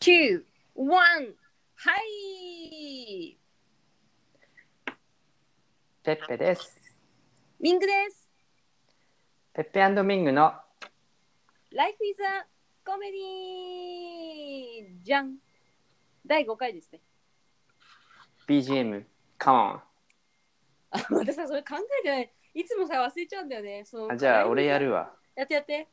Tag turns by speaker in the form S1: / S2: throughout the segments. S1: two, one. はい。
S2: ペッペです。
S1: ミングです。
S2: ペッペミングの
S1: Life is a comedy. じゃん。第5回ですね。
S2: BGM、カモン。
S1: あ、私さ、それ考えてない。いつもさ、忘れちゃうんだよね。そ
S2: あ
S1: の
S2: じゃあ、俺や。るわ。
S1: やってやって。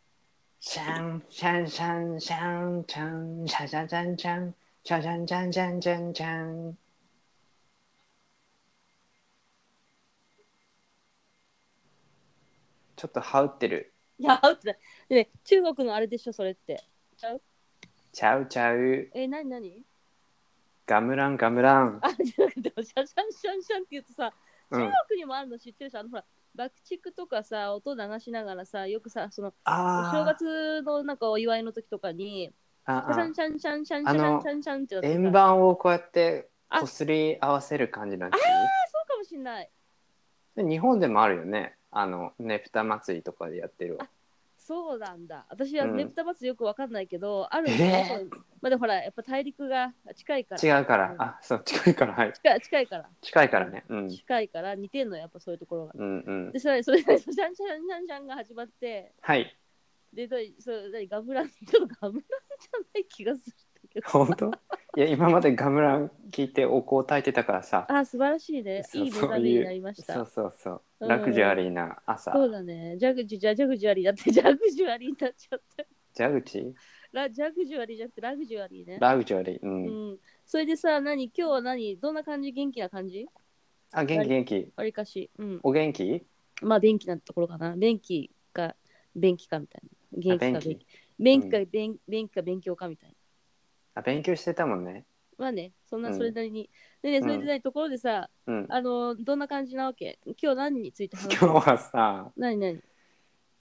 S2: シャン、シャン、シャン、シャン、シャン、シャシャシャン、シャン、シャシャン、シャン、シャン、シャン、シャン。ちょっと羽織ってる。
S1: いや、アウトだ。ね、中国のあれでしょ、それって。
S2: ちゃうちゃう。
S1: え、なにな に
S2: ガムラン、ガムラン。
S1: あ、じゃなくて、シャンシャンシャンシャンって言うとさ、
S2: う
S1: 中
S2: ん。
S1: 国にもあるの知ってるし、あのほら、爆竹とかさ、音流しながらさ、よくさ、その、お正
S2: あー
S1: 月のなんかお祝いの時とかに、シ
S2: あ
S1: ャン
S2: あ。
S1: シャンシャンシャンシ
S2: あ
S1: ャン
S2: の
S1: シャンシャンってやつ
S2: 円
S1: あ、
S2: 盤をこうやって
S1: あ
S2: こすり合わせる感じなんで
S1: そうかもしんない。
S2: 日本でもあるよね。あの、ねぷた祭りとかでやってるわ。
S1: そうなんだ。私は
S2: うん
S1: ねぷた祭りよくわかんないけど、あるの
S2: え
S1: そうまあでもほら、やっぱ大陸が近いから。
S2: 違うから
S1: う、ん
S2: あ、そう、近いから、はい。
S1: 近い近いから。
S2: 近いからね。うん。
S1: 近いから似てんの、やっぱそういうところが。
S2: うんうん。
S1: で、それそれで、シャンシャンシャンシャンが始まって、
S2: はい。
S1: で、どういそれ何ガムラン、ちょっとガムランじゃない気がするんだけど。
S2: 本当いや、今までガムラン聞いてお香炊いてたからさ。
S1: あ、素晴らしいね。
S2: そう
S1: いい目
S2: そう
S1: 覚めになりまし
S2: そ
S1: た。
S2: うそうそうう。
S1: ん
S2: ラグジュアリーな朝。
S1: そうだね。ジャグジュ、じゃジャグジュアリーだって、ジャグジュアリーになっちゃった。
S2: 蛇口
S1: ラジャグジュアリーじゃなくて、ラグジュアリーね。
S2: ラグジュアリー。う。
S1: うんん。それでさ、何今日は何どんな感じ元気な感じ
S2: あ、元気元気。
S1: わりかし。うん。
S2: お元気
S1: まあ、電気なところかな。電気か、便気かみたいな。
S2: あ、
S1: 元気か
S2: 元
S1: 便
S2: 気
S1: 気。。便気
S2: う
S1: か、便便気か勉強かみたいな。
S2: あ、勉強してたもんね。
S1: まあね、そん
S2: う
S1: なんそれなりに。でね、それでないところでさ、
S2: うん。
S1: あの、どんな感じなわけ今日何について話す
S2: 今日はさ、
S1: 何何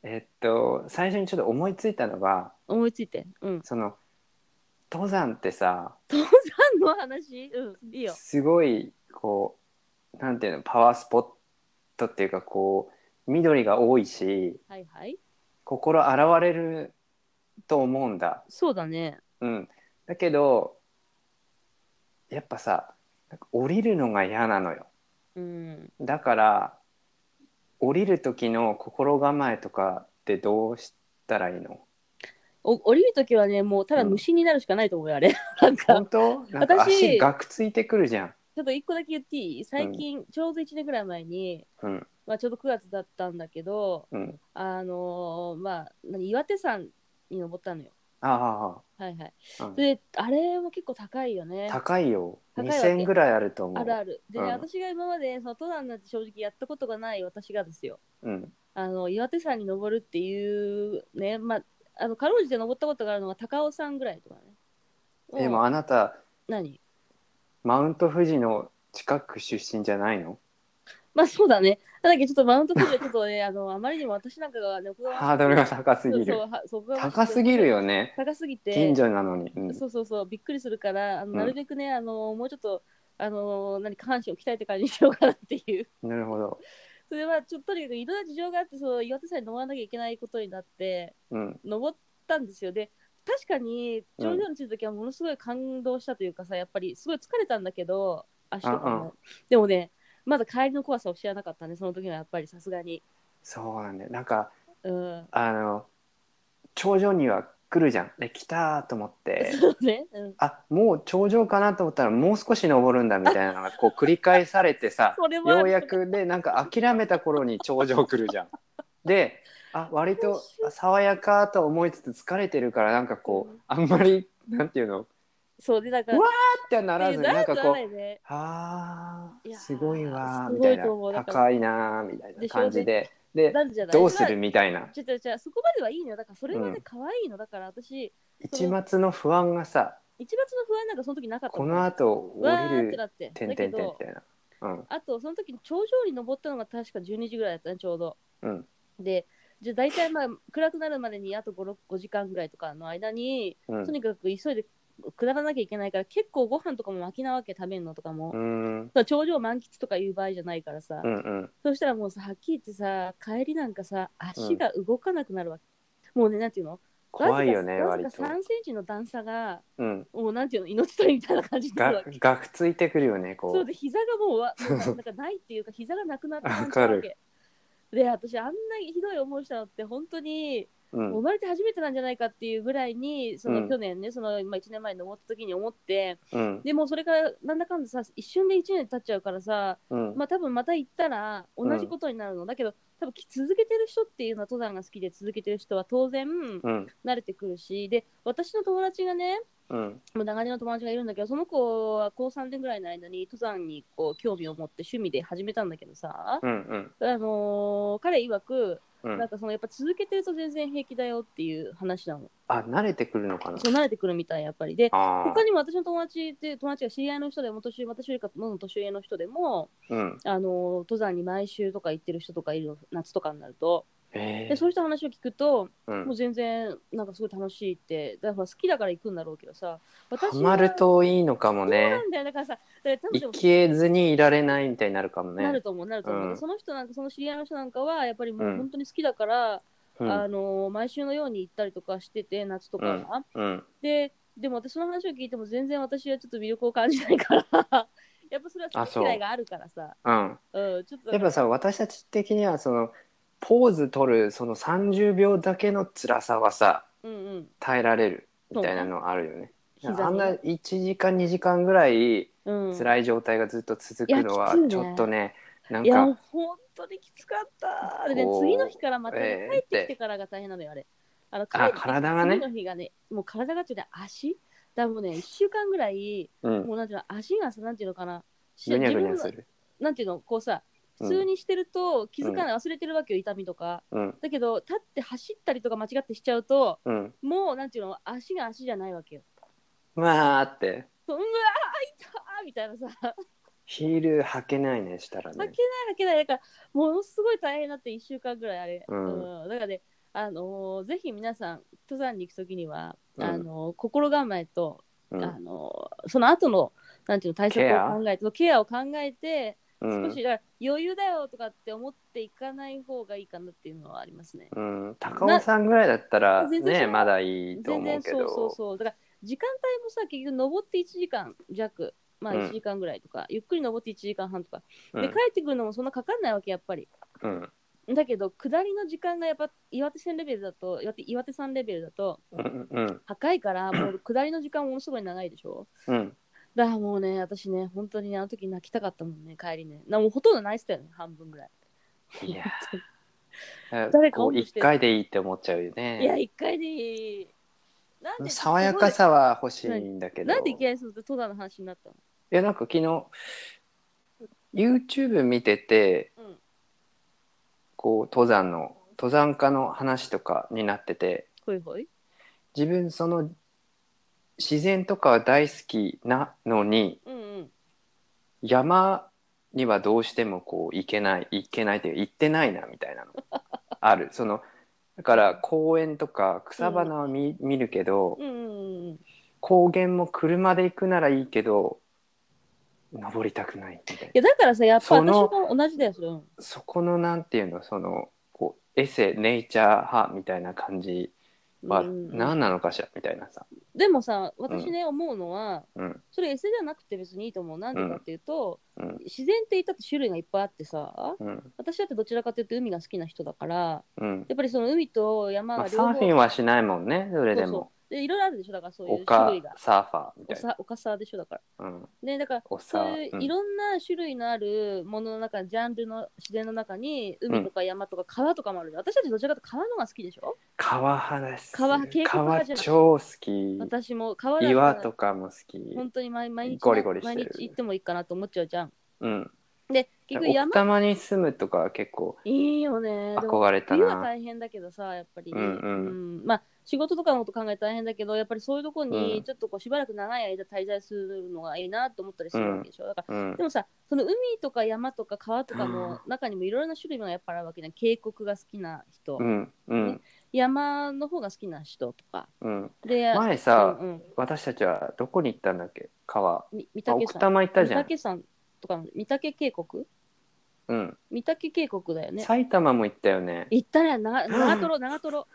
S2: えっと、最初にちょっと思いついたのが、
S1: 思いついて。 うん。
S2: その、登山ってさ、
S1: 登山の話うん、いいよ。
S2: すごいこうなんていうのパワースポットっていうかこう緑が多いし
S1: はいはい。
S2: 心洗われると思うんだ、
S1: そうだね。
S2: うん、だけどやっぱさなんか降りるのが嫌なのよ
S1: うん。
S2: だから降りる時の心構えとかってどうしたらいいの
S1: お降りるときはね、もうただ虫になるしかないと思うよ、あ れ。なんか、
S2: 本当なんか
S1: 私
S2: 足がくついてくるじゃん、
S1: ちょっと一個だけ言っていい最近、ちょうど1年ぐらい前に、
S2: うん
S1: まあ、ちょうど9月だったんだけど、
S2: うん、
S1: あのーまあ、何岩手山に登ったのよ。
S2: あ
S1: はいはい。
S2: あ、うん
S1: で、あれも結構高いよね。
S2: 高いよ
S1: 高いわけ
S2: 2,000ぐらいあると思う
S1: あるある。でね、
S2: うん
S1: 私が今まで、その登山なんて正直やったことがない私がですよ。
S2: うん、
S1: あの岩手山に登るっていうね、まあ、あのかろうじて登ったことがあるのは高尾山ぐらいとかね。
S2: でも
S1: う
S2: あなた
S1: 何
S2: マウント富士の近く出身じゃないの
S1: まあそうだね。なんだっけ、ちょっとマウント富士はちょっとね、あのあまりにも私なんかがね、奥がましくて
S2: ハードルが高すぎ
S1: そうそ
S2: る
S1: うはそう
S2: 高すぎる
S1: よ。
S2: よね
S1: 高すぎて。
S2: 近所なのに、うん、
S1: そうそうそう、びっくりするから、あの
S2: うん
S1: なるべくね、あのもうちょっと、あの何下半身を鍛えてからにしようかなっていう。
S2: なるほど、
S1: それはちょっととにかくいろんな事情があって、その岩手山に登らなきゃいけないことになって、
S2: うん、
S1: 登ったんですよ。で、確かに頂上に着いた時はものすごい感動したというかさ、やっぱりすごい疲れたんだけど、足とか
S2: うんう
S1: も。でもね、まだ帰りの怖さを知らなかったね、その時はやっぱりさすがに。
S2: そうなんだよなんか
S1: うん。
S2: あの頂上には来るじゃんで来たと思って
S1: そうね。うん。
S2: あもう頂上かなと思ったらもう少し登るんだみたいなのがこう繰り返され てさ
S1: それもある
S2: ようやくでなんか諦めた頃に頂上来るじゃん。であ割と爽やかと思いつつ疲れてるからなんかこうあんまりなんていうの
S1: そうで、だから、
S2: うわってはならずになんかこう
S1: う。ね
S2: あ
S1: い
S2: ー
S1: やー
S2: すごいわー
S1: す
S2: み
S1: ご
S2: た
S1: い
S2: いな
S1: と思うだから
S2: 高いなーみたいな感じでで
S1: なるじゃない
S2: どうするみたいな
S1: ちょちょちょそこまではいいのよだからそれま
S2: う
S1: で
S2: ん
S1: 可愛いの、だから私
S2: 一末の不安がさ
S1: 一月の不安なんかその時なかった
S2: この
S1: 後
S2: 後降
S1: わ
S2: り
S1: ーって
S2: る
S1: なって
S2: て
S1: だけ
S2: んてんてんみ
S1: ど
S2: たいなうん
S1: あとその時に頂上に登ったのが確か12時ぐらいだったねちょうど
S2: うん
S1: でじゃあ大体まあ暗くなるまでにあと5時間ぐらいとかの間に、
S2: う
S1: と
S2: ん
S1: にかく急いで下らなきゃいけないから結構ご飯とかも巻きなわけ食べるのとかも、
S2: うーん
S1: だから頂上満喫とかいう場合じゃないからさ、
S2: うんうん
S1: そしたらもうさはっきり言ってさ帰りなんかさ足が動かなくなるわけ、もうねなんていうの
S2: 怖いよね
S1: わず
S2: 割
S1: か
S2: と
S1: 3センチの段差が
S2: うん
S1: もうなんていうの命取りみたいな感じになる
S2: が
S1: わけ
S2: がくついてくるよねこう
S1: そうで膝がもう わなんかなんかないっていうか膝がなくなった感じな
S2: わ
S1: わ
S2: か
S1: けで私あんなひどい思いしたのって本当に
S2: う
S1: 生
S2: ん
S1: まれて初めてなんじゃないかっていうぐらいにそ
S2: うん
S1: の去年ね、その、まあ、1年前に登った時に思って
S2: うん
S1: でもうそれからなんだかんださ一瞬で1年経っちゃうからさ
S2: うん
S1: まあ多分また行ったら同じことになるの、だけど多分き続けてる人っていうのは登山が好きで続けてる人は当然
S2: うん
S1: 慣れてくるしで私の友達がね
S2: うん
S1: もう長年の友達がいるんだけどその子は高3年ぐらいの間に登山にこう興味を持って趣味で始めたんだけどさ、
S2: うんうん
S1: あのー彼曰く
S2: うん
S1: なんかそのやっぱ続けてると全然平気だよっていう話なの
S2: あ慣れてくるのかな
S1: そう慣れてくるみたいやっぱりで
S2: あ
S1: 他にも私の友達って友達が知り合いの人でも年上私よりかもっと年上の人でも、
S2: あうん
S1: あのー登山に毎週とか行ってる人とかいるの夏とかになると
S2: え
S1: でそういう人の話を聞くと
S2: うん
S1: もう全然なんかすごい楽しいってだから好きだから行くんだろうけどさ
S2: ハ
S1: 私
S2: マるといいのかも
S1: そう
S2: ね
S1: なんだよだからさ、だから多分で
S2: 生
S1: も
S2: きえずにいられないみたいになるかも
S1: な
S2: ね
S1: ると思う、なると思う、
S2: うん
S1: でその人なんか、その知り合いの人なんかは、やっぱりも
S2: うん
S1: う本当に好きだから、
S2: うん
S1: あのー毎週のように行ったりとかしてて、夏とかは、
S2: うん
S1: で、でも私の話を聞いても、全然私はちょっと魅力を感じないから、 やっぱそれは
S2: あ
S1: 好き
S2: そう
S1: 嫌いがあるからさ、
S2: うん
S1: うん、ちょっと
S2: やっぱさ私たち的にはそのポーズ取るその30秒だけの辛さはさ
S1: うんうん、
S2: 耐えられるみたいなのあるよね。
S1: 膝ね
S2: あんな1時間2時間ぐらい
S1: うん、
S2: 辛い状態がずっと続くのは
S1: うんいやきつ
S2: ち
S1: いね
S2: ょっとね、
S1: いや、
S2: な
S1: も
S2: ん
S1: う
S2: か
S1: 本当にきつかった。でね
S2: こう
S1: 次の日からまたね、
S2: えー
S1: 帰ってきてからが大変なのよ、あれ。あの
S2: あ体がね
S1: 次の日がね、もう体がちょっと足、だからもうね、1週間ぐらい、
S2: うん
S1: もうなんていうの、足がさ、なんていうのかな、し
S2: ぐにゃぐにゃ
S1: 自
S2: す
S1: 分の
S2: る。
S1: なんていうの、こうさ、普通にしてると気づかない、忘れてるわけよ、痛みとか。
S2: うん
S1: だけど、立って走ったりとか間違ってしちゃうと、
S2: うん。
S1: もうなんていうの、足が足じゃないわけよ。
S2: まあって
S1: そううわー、痛ーみたいなさ、
S2: ヒール履けないねしたら
S1: 負けな
S2: ね
S1: い。負けないだからものすごい大変だって1週間ぐらいあれ、
S2: うん
S1: うんだからねあのーぜひ皆さん登山に行くときには、
S2: うん
S1: あのー心構えと、
S2: うん
S1: あのーその後のなんていうの対策
S2: ケア
S1: を考えてケアを考えて
S2: うん
S1: 少し、だから余裕だよとかって思っていかない方がいいかなっていうのはありますね。
S2: うん、高尾さんぐらいだったら
S1: な全然
S2: ね
S1: そう
S2: まだいいと
S1: 全
S2: 思
S1: 然
S2: うけ
S1: そうそう
S2: ど
S1: そうだから時間帯もさ結局登って1時間弱まあ
S2: うん
S1: 1時間ぐらいとか、ゆっくり登って1時間半とか、
S2: うん
S1: で帰ってくるのもそんなかかんないわけやっぱり。
S2: うん
S1: だけど下りの時間がやっぱ岩手線レベルだと岩手岩手山レベルだと
S2: うんうん
S1: 高いからもう下りの時間ものすごい長いでしょ
S2: うん
S1: だからもうね私ね本当にねあの時泣きたかったもんね帰りねなもうほとんど泣いてたよね半分ぐらい
S2: いや
S1: 本
S2: ー
S1: 誰か
S2: こ
S1: オ
S2: う
S1: ンにし
S2: 一
S1: て
S2: 回でいいって思っちゃうよ
S1: いや
S2: ね
S1: 一回でいいなんで
S2: 爽やかさは欲しいんだけど
S1: なんでいきなりその登山の話になったの
S2: いやなんか昨日 YouTube 見てて
S1: うん
S2: こう登山の登山家の話とかになってて
S1: ほいほい
S2: 自分その自然とかは大好きなのに
S1: うんうん
S2: 山にはどうしてもこう行けない行けないというか行ってないなみたいなのあるそのだから公園とか草花は見,、見るけど
S1: うんうんうん
S2: 高原も車で行くならいいけど登りたくないみたいない
S1: やだからさやっぱ
S2: そ
S1: 私
S2: の
S1: も同じだよそれうん
S2: そこのなんていうのそのこうエセネイチャー派みたいな感じは
S1: うんうん
S2: 何なのかしらみたいなさ、
S1: でもさ私ね、思うのは
S2: うん
S1: それ S じゃなくて別にいいと思うなんでかっていうと、
S2: うん
S1: 自然って言ったって種類がいっぱいあってさ
S2: うん
S1: 私だってどちらかというと海が好きな人だから
S2: うん
S1: やっぱりその海と山が
S2: まあ、
S1: 両
S2: サ
S1: 方、
S2: ーフィンはしないもんねそれで
S1: そう
S2: も
S1: そうでいろいろあるでしょだからそういう種
S2: 丘
S1: 類が
S2: サーファーみ
S1: お
S2: たいな、
S1: さおかさでしょだから
S2: うん、
S1: ねだから
S2: おさ
S1: そういういろんな種類のあるものの中、ジャンルの自然の中に海とか山とか川とかもあるじゃん、私たちどちらかというと川のが好きでしょ
S2: 川派です
S1: 川渓谷
S2: 川
S1: 派じゃない
S2: 超好き
S1: 私も川だったら
S2: 岩とかも好き
S1: 本当に毎毎日
S2: ゴリゴリして
S1: 毎
S2: る
S1: 日行ってもいいかなと思っちゃうじゃん
S2: うん
S1: で結局
S2: 奥
S1: 山
S2: 多摩に住むとかは結構
S1: いいよねでも
S2: 憧れた
S1: 冬は
S2: な
S1: 大変だけどさやっぱり、
S2: うんう
S1: うんまあ仕事とかのこと考えて大変だけどやっぱりそういうとこ
S2: う
S1: に
S2: ん
S1: ちょっとこうしばらく長い間滞在するのがいいなと思ったりするわけでしょ、だから
S2: うん
S1: でもさその海とか山とか川とかの中にもいろいろな種類がやっぱあるわけじゃん渓谷が好きな人、
S2: うんうん
S1: 山の方が好きな人とか
S2: うん
S1: で
S2: 前さ、
S1: うんうん
S2: 私たちはどこに行ったんだっけ川
S1: み御
S2: あ
S1: 嶽
S2: 奥多
S1: 山
S2: 摩行った
S1: 御
S2: じゃん、
S1: 嶽山とかの御嶽渓谷
S2: うん、
S1: 御嶽渓谷だよね
S2: 埼玉も行ったよね
S1: 行ったら長長瀞長瀞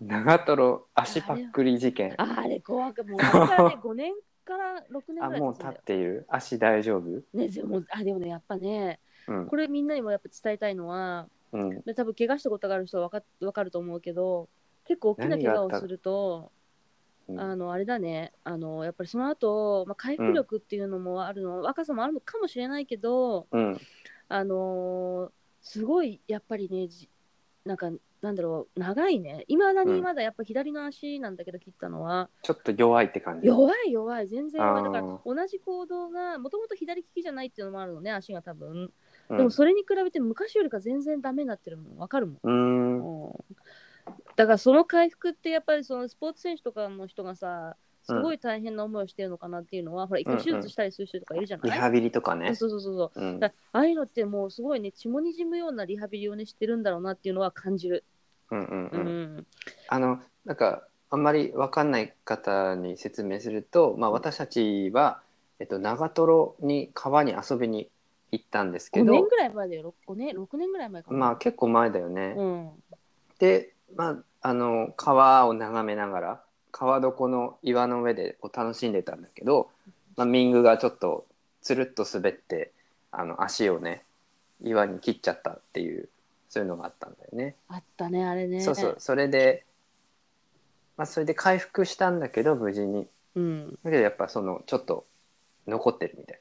S2: 長瀞足パックリ事件
S1: ああれ怖くもうあれから ね5年から6年ぐ
S2: あ
S1: らい
S2: もう
S1: 経つん
S2: 立
S1: だよ
S2: っている足大丈夫
S1: ねでもあでもねやっぱね
S2: うん
S1: これみんなにもやっぱ伝えたいのは
S2: うん
S1: で多分怪我したことがある人は分か分かると思うけど結構大きな怪我をすると
S2: うん
S1: あのあれだねあのやっぱりその後、まあ回復力っていうのもあるの、若さもあるのかもしれないけど
S2: うん
S1: あのーすごいやっぱりねじなんかなんだろう長いねいまだ
S2: う
S1: に
S2: ん
S1: まだやっぱ左の足なんだけど切ったのは、
S2: ちょっと弱いって感じ
S1: 弱い弱い全然弱いだから
S2: あ
S1: 同じ行動がもともと左利きじゃないっていうのもあるのね足が多分、
S2: うん
S1: でもそれに比べて昔よりか全然ダメになってるの分かるもん
S2: うーん
S1: うんだからその回復ってやっぱりそのスポーツ選手とかの人がさすごい大変な思いをしてるのかなっていうのは、ほら一回手術したりする人とかいるじゃない、
S2: リハビリとかね
S1: そうそうそうそう
S2: うん
S1: だからああいうのってもうすごいね血もにじむようなリハビリをねしてるんだろうなっていうのは感じる
S2: うんうん
S1: う、
S2: うんんあのなんかあんまりわかんない方に説明すると、まあ、私たちは、えっと、長瀞に川に遊びに行ったんですけ
S1: 5年
S2: ど、
S1: ぐらい前だよ6年6年ぐらい前かな
S2: まあ、結構前だよね。
S1: うん
S2: で、まあ、あの川を眺めながら川床の岩の上でこう楽しんでたんだけど、まあ、ミングがちょっとつるっと滑ってあの足をね岩に切っちゃったっていうそういうのがあったんだよね。
S1: あったねあれね
S2: そうそうそれで、まあ、それで回復したんだけど無事に
S1: うん、
S2: だけどやっぱそのちょっと残ってるみたい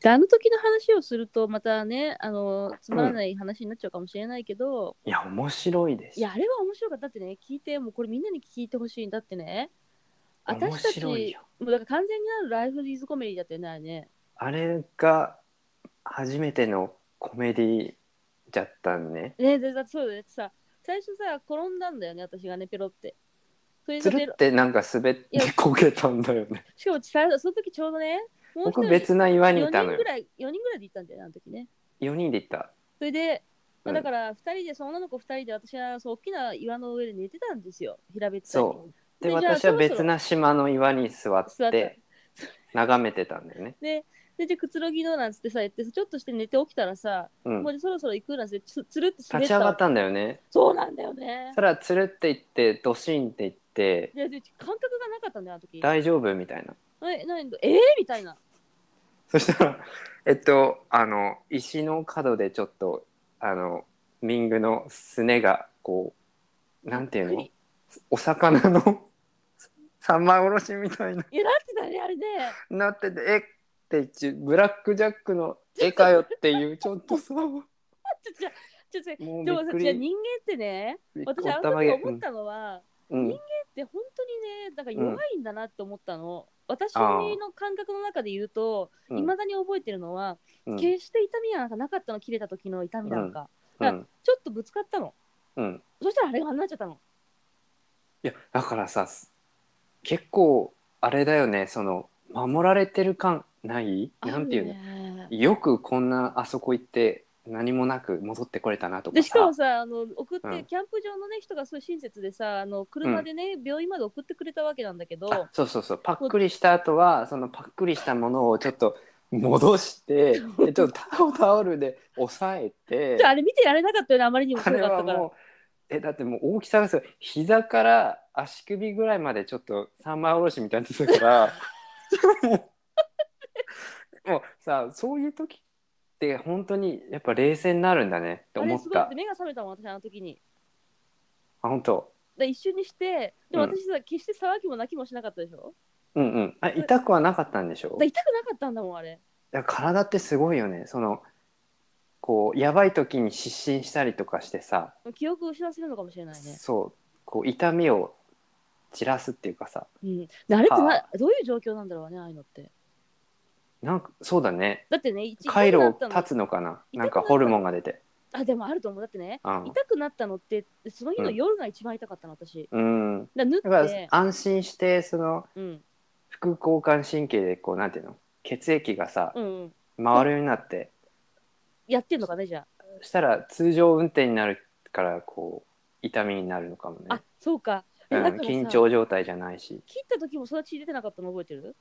S1: であの時の話をするとまたねあのつまらない話になっちゃうかもしれないけど、
S2: ないや面白いです
S1: いやあれは面白かっただってね聞いてもうこれみんなに聞いてほしいんだってね
S2: 面
S1: 私たちも
S2: 白いよ
S1: うだから完全にあるライフ・イズ・コメディだったよねあれね
S2: あれが初めてのコメディじゃったんね
S1: ねでだってそうだよだってさ最初さ転んだんだよね私がねペロってそれ
S2: つ
S1: で
S2: る
S1: ペ
S2: っ
S1: ロ
S2: てなんか滑って
S1: いや
S2: こけたんだよね
S1: しかもさその時ちょうどねもう一
S2: 僕
S1: 人
S2: 別な岩にい
S1: 4
S2: たの
S1: 人
S2: よ
S1: ぐらい4人ぐらいで行ったんだよねあの時ね
S2: 4人で行った
S1: それで、まあ
S2: うん
S1: だから2人でその女の子2人で私はそう大きな岩の上で寝てたんですよ平べったい
S2: そうで
S1: でじゃあ
S2: 私は
S1: そろ
S2: 別
S1: そろ
S2: な島の岩に座っ
S1: 座って
S2: て眺めてたんだよね
S1: ででくつろぎのなんつってさ言ってちょっとして寝て起きたらさ、
S2: うん
S1: もうそろそろ行くなんつってつつるって滑っ
S2: 立ち
S1: た
S2: 上
S1: わ
S2: がったんだよね
S1: そうなんだよね
S2: そしたらつるっていってドシンっていって
S1: でで感覚がなかったんだよあの時
S2: 大丈夫みたいな
S1: えなんえー、みたいな
S2: そしたら、えっと、あの、石の角でちょっと、あの、ミングのすねが、こう、なんていうの
S1: 栗
S2: お魚の 三枚おろしみたいない
S1: やなってたねあれね
S2: なってて、えって一応ブラックジャックの絵かよっていう、ちょっとさ、
S1: ちょっ
S2: も
S1: とじゃあちょっとじゃあ
S2: うび
S1: で
S2: っ
S1: もさ
S2: く
S1: じゃあ
S2: り。
S1: 人間ってね
S2: びっく
S1: 私
S2: り
S1: あの
S2: おたま
S1: 時
S2: げ
S1: 思ったのは、
S2: うん
S1: 人で本当にねだから弱いんだなって思ったの、私の感覚の中で言うと
S2: うん
S1: いま、未だに覚えてるのは、
S2: うん
S1: 決して痛みはなんかなかったの切れた時の痛みなんか、
S2: うんうん
S1: ちょっとぶつかったの
S2: うん
S1: そしたらあれがあんなっちゃったの
S2: いや、だからさ、結構、あれだよね、その、守られてる感ないなんていうの
S1: あるね
S2: よくこんなあそこ行って何もなく戻ってこれたなとか
S1: でしか
S2: さ
S1: もさあの送って、
S2: うん
S1: キャンプ場のね人がすごい親切でさあの車でね、病院まで送ってくれたわけなんだけど
S2: あそうそうそうパックリした後はそのパックリしたものをちょっと戻してでちょっとタオタオルで押さえて
S1: じゃああれ見てられなかったよねあまりにも
S2: あ
S1: 強
S2: れ
S1: かっ
S2: は
S1: たから
S2: もうえだってもう大きさがすごい膝から足首ぐらいまでちょっと三枚おろしみたいになってたからもうもうさそういう時って本当にやっぱ冷静になるんだねって
S1: あ
S2: 思
S1: れ
S2: っ
S1: すごい
S2: た
S1: 目が覚めたもん私あの時に
S2: あ本当
S1: で一瞬にしてでも
S2: うん
S1: 私さ、決して騒ぎも泣きもしなかったでしょ
S2: うんうんあ痛くはなかったんでしょ
S1: だ痛くなかったんだもんあれ
S2: いや体ってすごいよねそのこうやばい時に失神したりとかしてさ、
S1: 記憶を失わせるのかもしれないね、
S2: そうこう痛みを散らすっていうかさ
S1: うん、であれって
S2: は
S1: などういう状況なんだろうねああいうのって
S2: なんかそうだね
S1: だってね一
S2: 回路を
S1: 痛くなったの
S2: 断つのかな
S1: 痛くなったの
S2: なんかホルモンが出て
S1: あでもあると思うだってね
S2: うん
S1: 痛くなったのってその日の夜が一番痛かったの私
S2: うん
S1: だから縫って
S2: だから安心してその
S1: うん
S2: 副交感神経でこうなんていうの血液がさ
S1: うんうん
S2: 回るようになって
S1: やってんのかねじゃ
S2: したら通常運転になるからこう痛みになるのかもね
S1: あ、あそうかえ
S2: うん
S1: だからさ
S2: 緊張状態じゃないし
S1: 切った時もそんな血出てなかったの覚えてる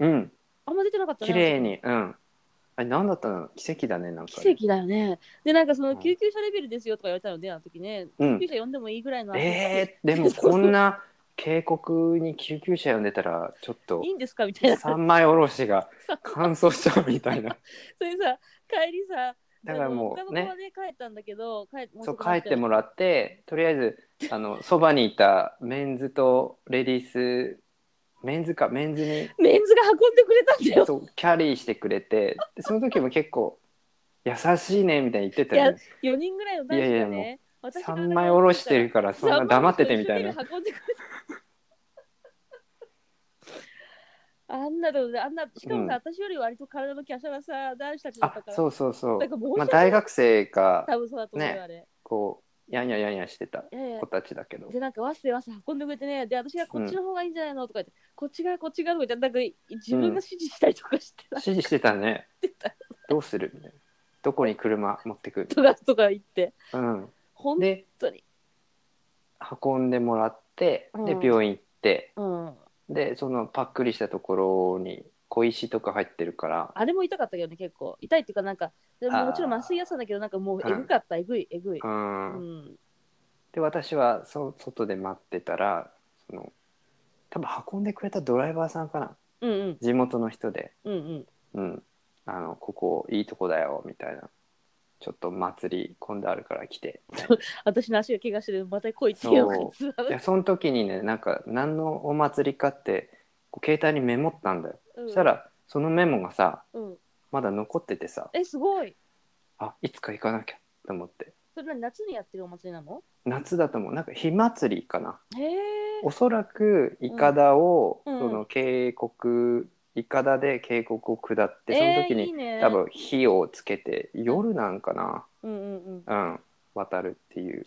S2: うん
S1: あんま出てなかったね
S2: 綺麗にうんあれ何だったの奇跡だねなんか
S1: 奇
S2: ね、
S1: 跡だよね。で、なんかその
S2: うん
S1: 救急車レベルですよとか言われたので、あの時ね、
S2: う
S1: 救
S2: ん
S1: 急、車呼んでもいいぐらいの、
S2: えー、で もこんな警告に救急車呼んでたらちょっと
S1: いいんですかみたいな。そ
S2: 三枚おろしが乾燥しちゃうみたいな
S1: れでさ、帰りさ、
S2: だからも
S1: あの他
S2: う
S1: の子
S2: ね
S1: はね、帰ったんだけど、帰もうち
S2: そ
S1: ょ
S2: う
S1: と
S2: 帰
S1: 待
S2: ってもらってとりあえずあの そばにいたメンズとレディースメンズかメンズに
S1: メンズが運んでくれたんだよ。
S2: そうキャリーしてくれてでその時も結構優しいねみたいに言ってたよね
S1: 4人ぐらいの男子が
S2: い
S1: ね、
S2: やいやも
S1: 私が
S2: 三枚おろしてるからそんな黙っててみたいな
S1: 三枚おろして一生懸命運んでくれた あんなのであんなしかもさ、
S2: うん
S1: 私より割と体の華奢なさ男子たちだっ
S2: あ
S1: たから
S2: そうそうそ
S1: なんか申し
S2: う、
S1: 訳
S2: ま
S1: な
S2: あ、
S1: い
S2: 大学生か
S1: 多分そうだと思うよ、
S2: ね
S1: あれ
S2: こうやんややんやしてた
S1: いやいや
S2: 子たちだけど
S1: でなんかわっせわっせ運んでくれてねで私がこっちの方がいいんじゃないのとか言って、こっちがこっちがとか言ってなんか自分が指示したりとかしてなっ
S2: 指示して たね
S1: てた
S2: どうするみたいなどこに車持ってくる
S1: とかとか言って
S2: うん
S1: 本
S2: で
S1: 当に
S2: 運んでもらってで
S1: うん
S2: 病院行って、
S1: うん
S2: でそのパックリしたところに小石とか入ってるから
S1: あれも痛かったけどね結構痛いっていうかなんかで
S2: あー
S1: ももちろん麻酔やつなんだけどなんかもう
S2: うん
S1: えぐかった、えぐいえぐい、
S2: うん、
S1: うん、
S2: で私はそ外で待ってたらその多分運んでくれたドライバーさんかな
S1: うんうん
S2: 地元の人で
S1: うんうん
S2: うん、あのここいいとこだよみたいなちょっと祭り混んであるから来て
S1: 私の足が怪我してるまた来いっていうのがずっと
S2: いやその時にねなんか何のお祭りかってこう携帯にメモったんだよ、
S1: うん
S2: そしたらそのメモがさ
S1: うん、
S2: まだ残っててさ
S1: えすごい
S2: あいつか行かなきゃと思って
S1: それ何夏にやってるお祭りなの
S2: 夏だと思うなんか火祭りかな
S1: へえ
S2: おそらくいかだを、
S1: うん
S2: その渓谷いかだで渓谷を下ってそ
S1: え
S2: の時
S1: ー、い
S2: に
S1: い、ね
S2: 多分火をつけて夜なんかな、
S1: うんうんうん、
S2: うん、渡るっていう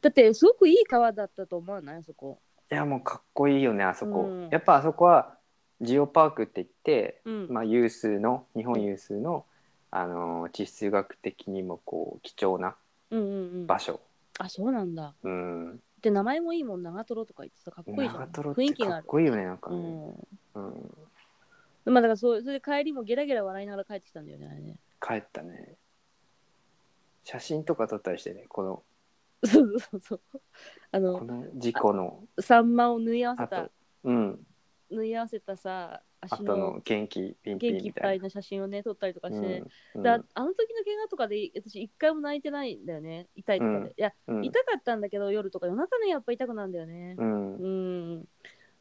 S1: だってすごくいい川だったと思わないそこ
S2: いやもうかっこいいよねあそこ、
S1: うん
S2: やっぱあそこはジオパークって言って、
S1: うん、
S2: まあ、有数の日本有数の、あのー地質学的にもこう貴重な
S1: うんうんうん
S2: 場所、
S1: あそうなんだ
S2: うん
S1: で名前もいいもん長瀞とか言ってさかっこいいじゃん
S2: 長瀞っ
S1: 雰囲
S2: て
S1: 気
S2: か
S1: があ
S2: っ
S1: る
S2: こいいよねなんか
S1: う
S2: ね、
S1: ん
S2: うん
S1: まあだからそうそれで帰りもゲラゲラ笑いながら帰ってきたんだよねあれね
S2: 帰ったね写真とか撮ったりしてねこの
S1: そうそうそうあ
S2: こ
S1: の
S2: の事故の
S1: サンマを縫い合わせ
S2: あ
S1: た
S2: とうん
S1: 縫い合わせたさ
S2: あ
S1: 足の
S2: との元気ピンピ
S1: 元
S2: ン
S1: 気い
S2: み
S1: っぱ
S2: たい
S1: い
S2: な。
S1: な写真をね撮ったりとか
S2: う
S1: し
S2: ん
S1: て、
S2: うん
S1: だあの時の怪我とかで私一回も泣いてないんだよね痛いとかで、
S2: うん
S1: いや
S2: うん
S1: 痛かったんだけど夜とか夜中ねやっぱ痛くなるんだよね
S2: うん
S1: うん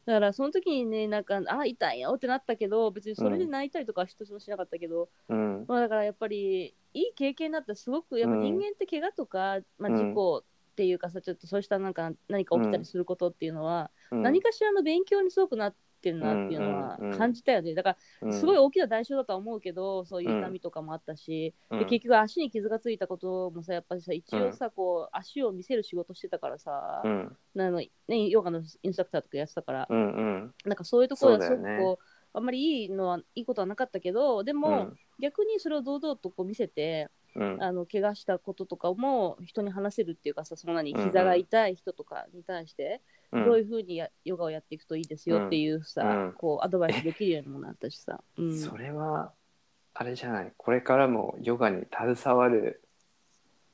S1: だからその時にねなんかあ痛いよってなったけど別にそれで泣いたりとかは一つもしなかったけど、
S2: うん
S1: まあだからやっぱりいい経験だったすごくやっぱ
S2: うん
S1: 人間って怪我とか、まあ、
S2: うん
S1: 事故っていうかさちょっとそうしたなんか何か起きたりすることっていうのは、
S2: うん
S1: 何かしらの勉強にすごくなってるなっていうのは
S2: うんうんうん
S1: 感じたよねだからすごい大きな代償だとは思うけど、そういう痛みとかもあったし、
S2: うん
S1: で結局足に傷がついたこともさやっぱりさ一応さ、こう足を見せる仕事してたからさ、
S2: うん
S1: あのね、ヨガのインストラクターとかやってたから、
S2: うんうん
S1: なんかそういうところは
S2: そう
S1: す
S2: だ
S1: ご
S2: よ
S1: く
S2: ね
S1: こう、あんまりいいのはいいことはなかったけどでも、逆にそれを堂々とこう見せて
S2: うん
S1: あの怪我したこととかも人に話せるっていうかさそんなに
S2: うんうん
S1: 膝が痛い人とかに対して、
S2: うん
S1: どういうふうにやヨガをやっていくといいですよっていうさ、
S2: うん
S1: こうアドバイスできるようにもなったしさ、うん、
S2: それはあれじゃないこれからもヨガに携わる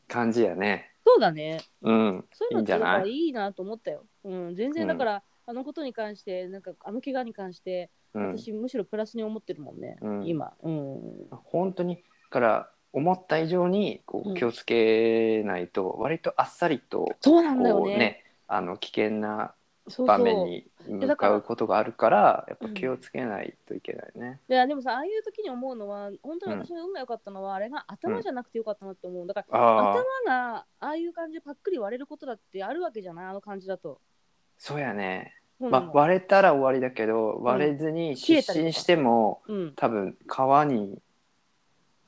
S2: 感じやね
S1: そうだね
S2: うん
S1: そういう
S2: いい
S1: のっ
S2: んじ
S1: て
S2: ゃ
S1: やっ
S2: ない
S1: ぱいいなと思ったよ、うん、全
S2: う
S1: 然
S2: ん
S1: だから、あのことに関してなんかあの怪我に関して
S2: うん
S1: 私むしろプラスに思ってるもんね、
S2: うん
S1: 今、うん、
S2: 本当にだから思った以上にこ
S1: う
S2: うん気をつけないと割とあっさりと
S1: そうなんだよ
S2: こう
S1: ね
S2: ねあの危険な
S1: そう
S2: 場
S1: そう
S2: 面に向かうことがあるからやっぱ気をつけないといけないね。
S1: いやでもさああいう時に思うのは本当に
S2: うん
S1: 私の運が良かったのは、あれが頭じゃなくてよかったなって思うだから
S2: あ
S1: 頭
S2: あ
S1: がああいう感じでパックリ割れることだってあるわけじゃないあの感じだと。
S2: そうやね、
S1: そうな
S2: まあ、
S1: の
S2: 割れたら終わりだけど割れずに失神しても
S1: うん
S2: 多分川に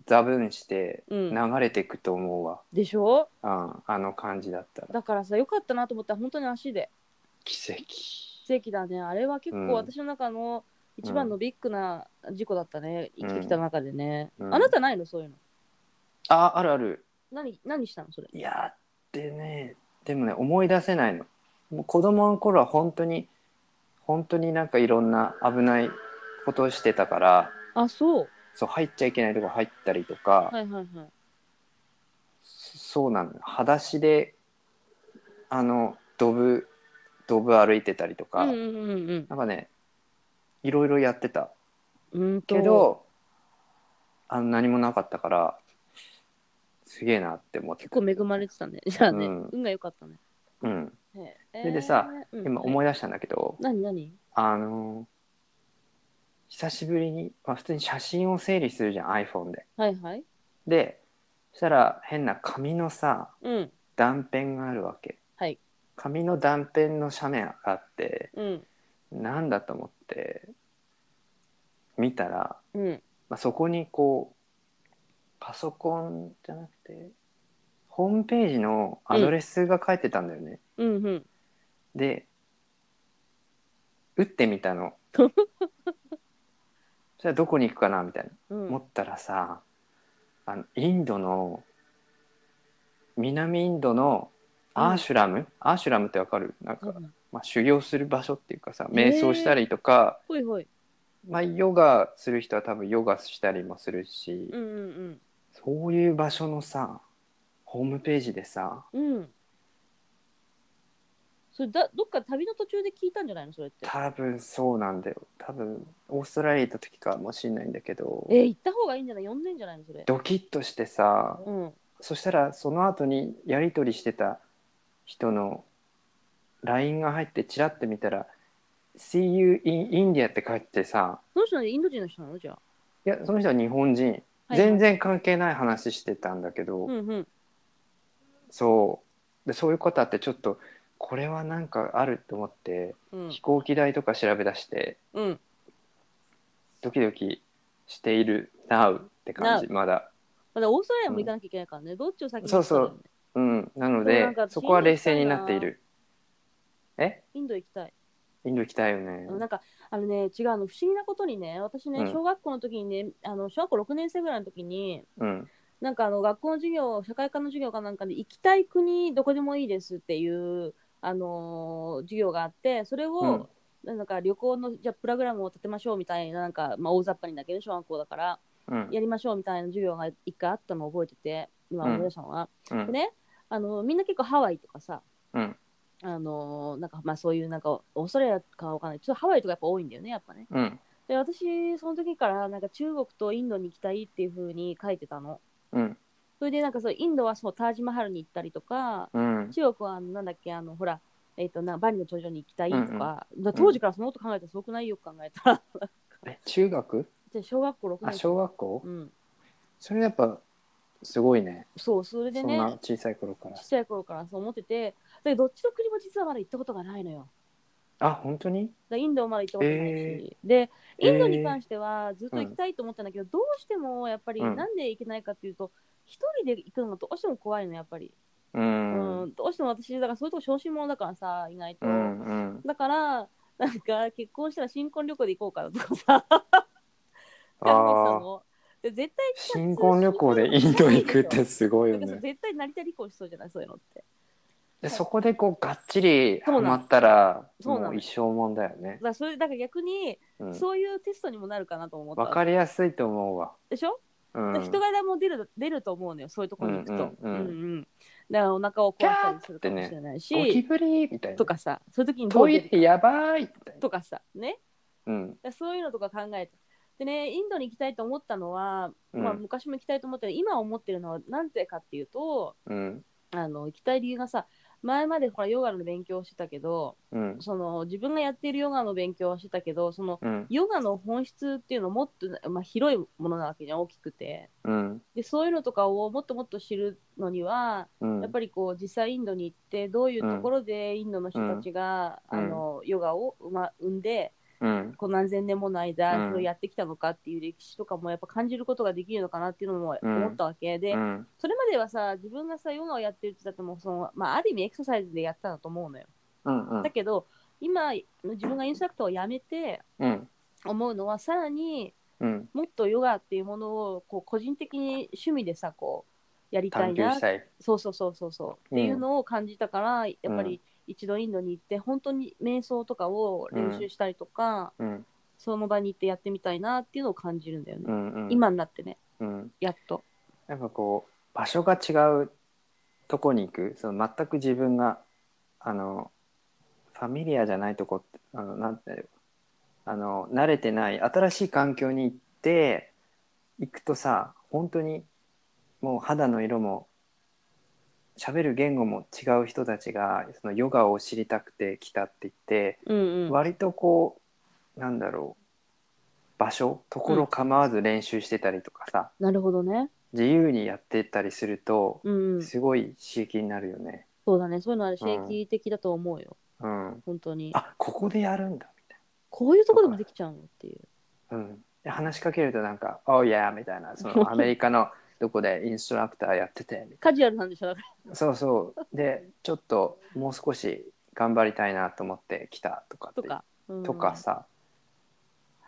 S2: ザブンして
S1: う
S2: 流
S1: ん、
S2: れていくと思うわ、
S1: でしょ
S2: うん、あの感じだったら
S1: だからさよかったなと思ったら本当に足で
S2: 奇跡
S1: 奇跡だねあれは結
S2: うん
S1: 構私の中の一番のビッグな事故だったね、
S2: うん
S1: 生きてきた中でね、
S2: うん
S1: あなたないのそういうの
S2: ああるある
S1: 何何したのそれ
S2: いやってねでもね思い出せないのもう子供の頃は本当に本当になんかいろんな危ないことをしてたから
S1: あそう
S2: そう入っちゃいけないとこ入ったりとか、
S1: はいはいはい。
S2: そうなのよ裸足であのドブドブ歩いてたりとか、
S1: うんうんうんうん
S2: なんかねいろいろやってた。
S1: うんと
S2: け、どあの何もなかったからすげえなって思って
S1: 結構恵まれてたね。じゃあね、
S2: うん
S1: 運が良かったね。
S2: うん、
S1: へ
S2: それでさ、
S1: えー
S2: 今
S1: うん、
S2: 思い出したんだけど、
S1: 何何
S2: あの久しぶりに、まあ、普通に写真を整理するじゃん iPhone で。
S1: はいはい。
S2: でそしたら変な紙のさ
S1: うん。
S2: 断片があるわけ。
S1: はい
S2: 紙の断片の斜面があって
S1: うん。
S2: なんだと思って見たら、
S1: うん。
S2: まあ、そこにこうパソコンじゃなくてホームページのアドレスが書いてたんだよね。
S1: うんうん。
S2: で打ってみた の。それはどこに行くかなみたいな。
S1: うん、
S2: 思ったらさあのインドの南インドのアーシュラム、アーシュラムってわかるなんか、
S1: うん
S2: まあ、修行する場所っていうかさ
S1: へー
S2: 瞑想したりとか、
S1: ほいほい。
S2: まあ、ヨガする人は多分ヨガしたりもするし、
S1: うんうん
S2: そういう場所のさホームページでさ
S1: うん。うん。それだどっか旅の途中で聞いたんじゃないのそれって。
S2: 多分そうなんだよ多分オーストラリア行った時かもしれないんだけど
S1: えー、行った方がいいんじゃない呼んでんじゃないのそれ。
S2: ドキッとしてさ
S1: うん。
S2: そしたらその後にやり取りしてた人の LINE が入ってチラッて見たら「See you in India」って書いてさ
S1: その人はインド人の人なのじゃあ。
S2: いやその人は日本人、
S1: はい
S2: 全。然関係ない話してたんだけど、
S1: うんうん。
S2: そうでそういうことあってちょっとこれはなんかあると思って、
S1: うん
S2: 飛行機代とか調べ出して
S1: うん。
S2: ドキドキしている Now って感じまだ。
S1: まだオーストラリアも行かなきゃいけないからね。どっちを先に
S2: そうそう
S1: 行くかだよね
S2: うん、なの
S1: でも
S2: で
S1: なんか
S2: そこは冷静になっている。え
S1: インド行きたい。
S2: インド行きたいよね。
S1: なんかあのね違うあの不思議なことにね私ね
S2: うん
S1: 小学校の時にね、あの小学校6年生ぐらいの時に
S2: うん、
S1: なんかあの学校の授業社会科の授業かなんかで行きたい国どこでもいいですっていう、あのー授業があってそれを、なんか旅行のじゃあプログラムを立てましょうみたいななんか、まあ、大雑把にだけど小学校だから
S2: うん、
S1: やりましょうみたいな授業が一回あったのを覚えてて今思い出したのは、
S2: うん
S1: でねあのみんな結構ハワイとかさ、
S2: うん
S1: あのーなんかまあそういうなんかオーストラリアかわかんないちょっとハワイとかやっぱ多いんだよねやっぱね
S2: うん
S1: で私その時からなんか中国とインドに行きたいっていう風に書いてたの
S2: うん
S1: それでなんかそうインドはそうタージマハルに行ったりとか
S2: うん
S1: 中国はあのなんだっけあのほらえっ、となバリの頂上に行きたいとか,、だから当時からそのこと考えたらすごくないよく考えたら
S2: え中学
S1: で小学校6
S2: あ
S1: 年
S2: 小学校、
S1: うん
S2: それやっぱすごいね
S1: そうそれで
S2: そんな
S1: ね
S2: 小さい頃から
S1: ちっちゃい頃からそう思っててだけどどっちの国も実はまだ行ったことがないのよ
S2: あ本当に
S1: だからインドまで行ったことないし、
S2: へ
S1: で
S2: へ
S1: イ
S2: ー
S1: ンドに関してはずっと行きたいと思ったんだけど、どうしてもやっぱり
S2: うん
S1: なんで行けないかっていうと、一人で行くのがどうしても怖いのやっぱり、
S2: う
S1: うんんどうしても私だからそういうとこ小心者だからさ意外と、
S2: うんうん
S1: だからなんか結婚したら新婚旅行で行こうかなとかさ考えてた
S2: ああ
S1: ので絶対
S2: 新婚旅行でインド行くってすごいよ
S1: なんかさ
S2: ね
S1: 絶対成田離婚しそうじゃないそういうのって
S2: でそこでこうがっちり
S1: そう
S2: ハ
S1: なの
S2: マったら
S1: そうなの
S2: もう一生もんだよ
S1: だ
S2: ね
S1: からそれだから逆に、
S2: うん
S1: そういうテストにもなるかなと思った
S2: わかりやすいと思うわ
S1: でしょ
S2: うん
S1: 人柄も出る出ると思うのよ、そういうところに行くと。
S2: う
S1: うんん
S2: う
S1: うんん、
S2: う
S1: だか
S2: ん
S1: らお腹を壊したりするかもしれないし、
S2: ゴキブリみたいな
S1: とかさ、そういう時にど
S2: ト
S1: う出
S2: イ
S1: る
S2: レやばいみたいな
S1: とかさ、ね、
S2: うん
S1: だからそういうのとか考えて。でね、インドに行きたいと思ったのは、まあ、
S2: うん
S1: 昔も行きたいと思ったけど、今思ってるのは何でかっていうと
S2: うん
S1: あの、行きたい理由がさ、前までほらヨガの勉強をしてたけど、
S2: うん
S1: その自分がやっているヨガの勉強をしてたけど、その
S2: うん
S1: ヨガの本質っていうのはもっと、まあ、広いものなわけじゃん、大きくて。
S2: うん
S1: で、そういうのとかをもっともっと知るのには、
S2: うん
S1: やっぱりこう実際インドに行ってどういうところでインドの人たちが、
S2: うん
S1: あのヨガを生ま生んで
S2: うん
S1: こう何千年もの
S2: うん
S1: 間それをやってきたのかっていう歴史とかもやっぱ感じることができるのかなっていうのも
S2: うん
S1: 思ったわけで、
S2: うん
S1: それまではさ自分がさヨガをやってるってだってもうその、まあ、ある意味エクササイズでやってたんだと思うのよ。
S2: うんうん
S1: だけど今自分がインストラクターを辞めて
S2: うん
S1: 思うのはさらに
S2: うん
S1: もっとヨガっていうものをこう個人的に趣味でさこうやりたい
S2: 探求
S1: なっ
S2: したい
S1: そうそうそうそうそう、
S2: うん
S1: っていうのを感じたからやっぱり一度インドに行って本当に瞑想とかを練習したりとか、
S2: うん
S1: その場に行ってやってみたいなっていうのを感じるんだよね、
S2: うんうん、
S1: 今になってね
S2: うん、
S1: やっと
S2: やっぱこう場所が違うとこに行くその全く自分があのファミリアじゃないとこってあのなんていうあの慣れてない新しい環境に行って行くとさ本当にもう肌の色も喋る言語も違う人たちがそのヨガを知りたくて来たって言って
S1: うんうん
S2: 割とこうなんだろう場所ところ構わず練習してたりとかさ、
S1: なるほどね
S2: 自由にやってったりすると、
S1: うん、うん、
S2: すごい刺激になるよね。
S1: そうだねそういうのは刺
S2: うん
S1: 激的だと思うよ、
S2: うん、
S1: 本当に
S2: あここでやるんだみたい
S1: こういうとこでもできちゃうのっていう
S2: な。うん、で話しかけるとなんか「おいや」みたいなそ のアメリカのどこでインストラクターやっててみたい
S1: カジュアルなんでしょだから
S2: なそうそうでちょっともう少し頑張りたいなと思って来たとかって
S1: とか、うん
S2: とかさ
S1: はい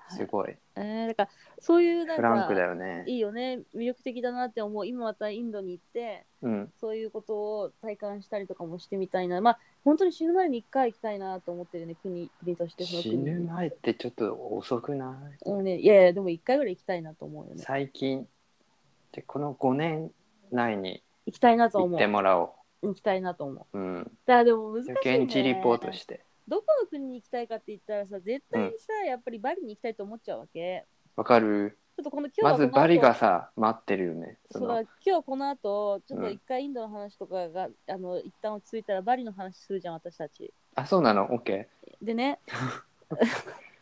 S2: すごい
S1: えー、だからそういうなん
S2: フ
S1: か
S2: ランクだよね。
S1: いいよね魅力的だなって思う今またインドに行って
S2: うん
S1: そういうことを体感したりとかもしてみたいなまあ本当に死ぬ前に一回行きたいなと思ってるね国国としてその
S2: 死
S1: 国
S2: ぬ前ってちょっと遅くない
S1: うんね、いやいやでも一回ぐらい行きたいなと思うよね
S2: 最近でこの5年内に
S1: 行きたいなと
S2: 行
S1: 思
S2: ってもらお
S1: う行きたいなと思う
S2: う。うん
S1: だからでも難しい、ね、
S2: 現地リポートして
S1: どこの国に行きたいかって言ったらさ絶対にさ、やっぱりバリに行きたいと思っちゃうわけ
S2: わかる
S1: ちょっとこの今日は
S2: ま
S1: この
S2: ず
S1: 後
S2: バリがさ待ってるよねそ
S1: そうだ
S2: の
S1: 今日はこの後ちょっと
S2: うん
S1: 一回インドの話とかが、あの一旦落ち着いたらバリの話するじゃん私たち
S2: あそうなの OK
S1: でね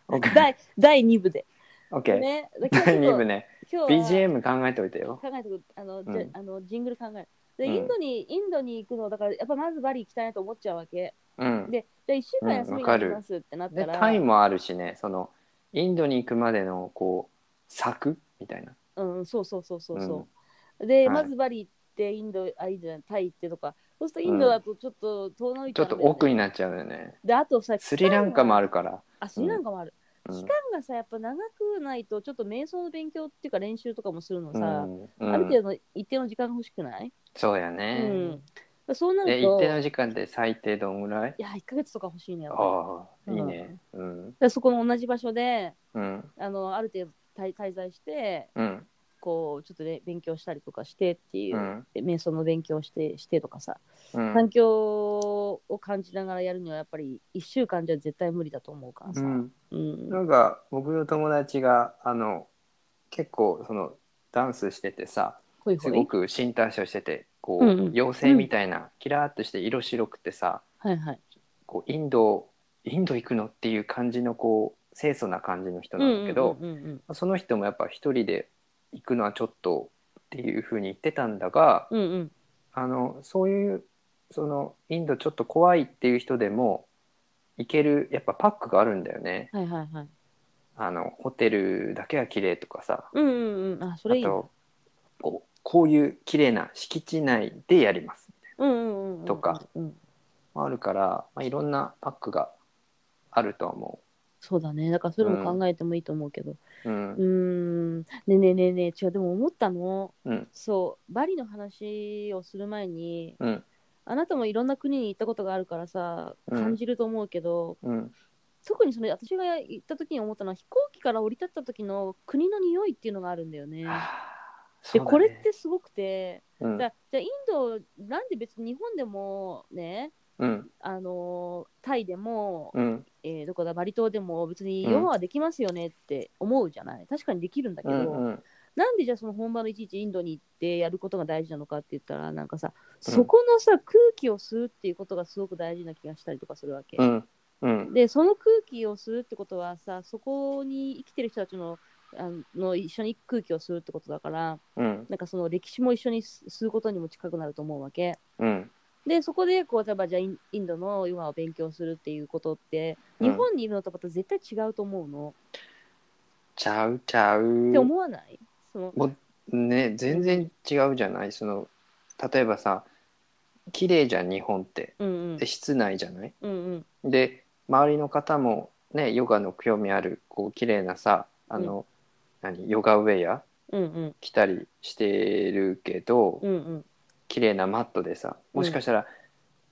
S2: OK
S1: 第第2部で、
S2: OK
S1: ねで今日
S2: 第
S1: ちょ
S2: 2
S1: っ
S2: 部ね
S1: と今日は
S2: BGM 考えておいてよ
S1: 考えてくあの、じゃ
S2: うん
S1: あのジングル考えるで、
S2: うん
S1: インドにインドに行くのだからやっぱまずバリ行きたいなと思っちゃうわけ
S2: うん
S1: でじゃあ1週間休みにしますってなっ
S2: で
S1: たら、
S2: タイもあるしねそのインドに行くまでのこう策みたいな
S1: うん、そうそうそうそう
S2: うん
S1: そう。で、
S2: は
S1: ま
S2: い
S1: ずバリ行って、インド、あ、いいじゃない、タイ行ってとか、そうするとインドだとちょっと遠のい
S2: ちょっ
S1: ゃう
S2: と
S1: んだよね
S2: 奥になっちゃうよね
S1: で、あとさ、
S2: スリランカもあ
S1: る。
S2: るから
S1: あ、スリランカもある。
S2: う
S1: 期
S2: ん
S1: 間がさ、やっぱ長くないと、ちょっと瞑想の勉強っていうか練習とかもするの
S2: う
S1: さ、
S2: ん
S1: ある程
S2: うん
S1: 度の一定の時間が欲しくない、
S2: そうや
S1: う
S2: ね
S1: ん、そうな
S2: え
S1: る
S2: 一
S1: と、
S2: 定の時間で最低どんぐらい
S1: いや、1ヶ月とか欲しいね。やっぱりだか
S2: ああいいねうん
S1: らそこの同じ場所で、
S2: うん
S1: あの、ある程度滞滞在して、
S2: うん
S1: こう、ちょっとね、勉強したりとかしてっていうう、
S2: ん
S1: 瞑想の勉強して、してとかさ、
S2: うん
S1: 環境を感じながらやるにはやっぱり1週間じゃ絶対無理だと思うから
S2: う
S1: さ、
S2: ん
S1: うん
S2: なんか僕の友達があの結構そのダンスしててさ
S1: ほいほ
S2: すご
S1: い
S2: く新体操しててこ
S1: う
S2: う、
S1: んうん
S2: 妖精みたいなキラーっとして色白くてさ
S1: はいはい
S2: こうインドインド行くのっていう感じのこう清楚な感じの人なんだけど、
S1: うんうんうんうん
S2: その人もやっぱ一人で行くのはちょっとっていうふうに言ってたんだが
S1: うんうん
S2: あのそういうそのインドちょっと怖いっていう人でも行けるやっぱパックがあるんだよね。
S1: はいはいはい
S2: あのホテルだけは綺麗とかさ
S1: うんうんうんあそれいい
S2: あ
S1: ね
S2: とこうこういう綺麗な敷地内でやります
S1: うんうんうん
S2: とか、
S1: うん、
S2: あるから、まあ、いろんなパックがあるとは思
S1: そうだねだからそれも考えてもいいと思うけど
S2: う、うん
S1: うーんねえねえねえねえ違うでも思ったの
S2: うん
S1: そうバリの話をする前に
S2: うん
S1: あなたもいろんな国に行ったことがあるからさ
S2: うん
S1: 感じると思うけど、
S2: うん
S1: 特にその私が行った時に思ったのは飛行機から降り立った時の国の匂いっていうのがあるんだよね。
S2: あー
S1: で
S2: そうだね
S1: これってすごくて
S2: うん
S1: だじゃあインドなんで別に日本でもね
S2: うん
S1: あのータイでも、
S2: うん
S1: えーどこだバリ島でも別に
S2: うん
S1: ヨガはできますよねって思うじゃない、確かにできるんだけ
S2: う
S1: ど、
S2: んうん
S1: なんでじゃあその本場のいちいちインドに行ってやることが大事なのかって言ったらなんかさ
S2: うん
S1: そこのさ空気を吸うっていうことがすごく大事な気がしたりとかするわけ。
S2: うんうん
S1: でその空気を吸うってことはさそこに生きてる人たちのあの一緒に空気を吸うってことだから
S2: うん
S1: なんかその歴史も一緒に吸吸うことにも近くなると思うわけ
S2: うん
S1: でそこでこう例えばじゃあインインドのヨガを勉強するっていうことって
S2: うん
S1: 日本にいるのとまた絶対違うと思うの、
S2: ちゃうちゃう
S1: って思わないその
S2: ね全然違うじゃないその例えばさ綺麗じゃん日本って
S1: うんうん
S2: で室内じゃない
S1: うんうん
S2: で周りの方もねヨガの興味あるこう綺麗なさあの、何ヨガウェア
S1: うんうん
S2: 着たりしてるけど、
S1: うんうん
S2: 綺麗なマットでさもしかしたら、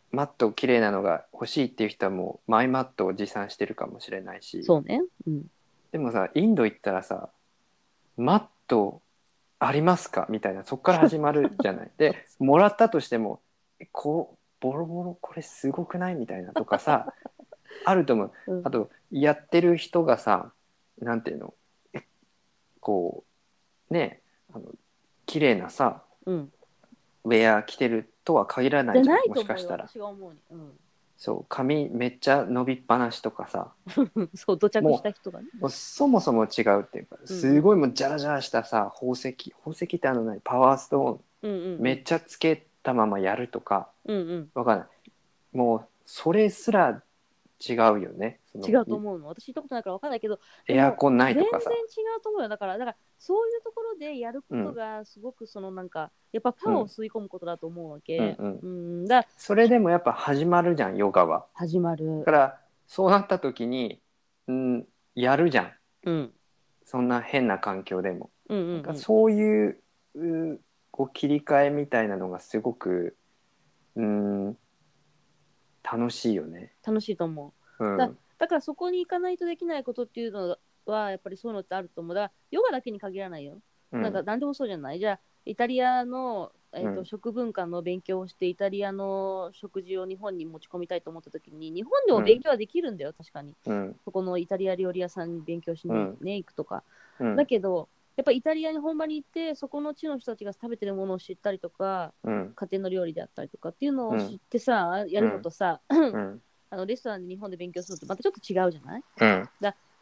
S2: マット綺麗なのが欲しいっていう人はもうマイマットを持参してるかもしれないし
S1: そうねうん
S2: でもさインド行ったらさマットありますかみたいなそこから始まるじゃないでもらったとしてもえこうボロボロこれすごくないみたいなとかさあると思う
S1: うん
S2: あとやってる人がさなんていうのえこうねあの綺麗なさ
S1: うん、
S2: ウェア着てるとは限らな
S1: じ
S2: い
S1: ゃ
S2: じゃん
S1: ない
S2: も
S1: と
S2: し
S1: 思
S2: か
S1: う
S2: し
S1: よ
S2: たら
S1: 私が思うに、う
S2: そう髪めっちゃ伸びっぱなしとかさ
S1: ん、 そう土着した人がね
S2: もうそもそも違うっていうかすごいもうジャラジャラしたさ宝石宝石ってあの何パワースト
S1: うん
S2: ー
S1: うん
S2: ンめっちゃつけたままやるとか
S1: うんうん
S2: わかんないもうそれすら違うよねその
S1: 違うと思うの私行ったことないから分かんないけど
S2: エアコンない
S1: 全
S2: と
S1: 然違
S2: かさ
S1: うと思うよだからだからそういうところでやることがすごくそのなんかやっぱパワーを吸い込むことだと思うわけ、
S2: うんう
S1: うんだから
S2: それでもやっぱ始まるじゃんヨガは
S1: 始まる
S2: だか、らそうなった時にうんやるじゃん
S1: うん、
S2: そんな変な環境でも、
S1: うんうん
S2: な
S1: うんん
S2: かそういううこう切り替えみたいなのがすごくうん楽しいよね
S1: 楽しいと思う
S2: うん
S1: だだからそこに行かないとできないことっていうのはやっぱりそういうのってあると思うだからヨガだけに限らないよ、
S2: うん
S1: なんか何でもそうじゃないじゃあイタリアの、えーと
S2: うん
S1: 食文化の勉強をしてイタリアの食事を日本に持ち込みたいと思った時に日本でも勉強はできるんだよ、確かに
S2: うん
S1: そこのイタリア料理屋さんに勉強しに、ね行くとか
S2: うん
S1: だけどやっぱイタリアに本場に行ってそこの地の人たちが食べてるものを知ったりとか
S2: うん
S1: 家庭の料理であったりとかっていうのを知ってさ、やるのとさ、
S2: うん
S1: あのレストランで日本で勉強するとまたちょっと違うじゃない
S2: うん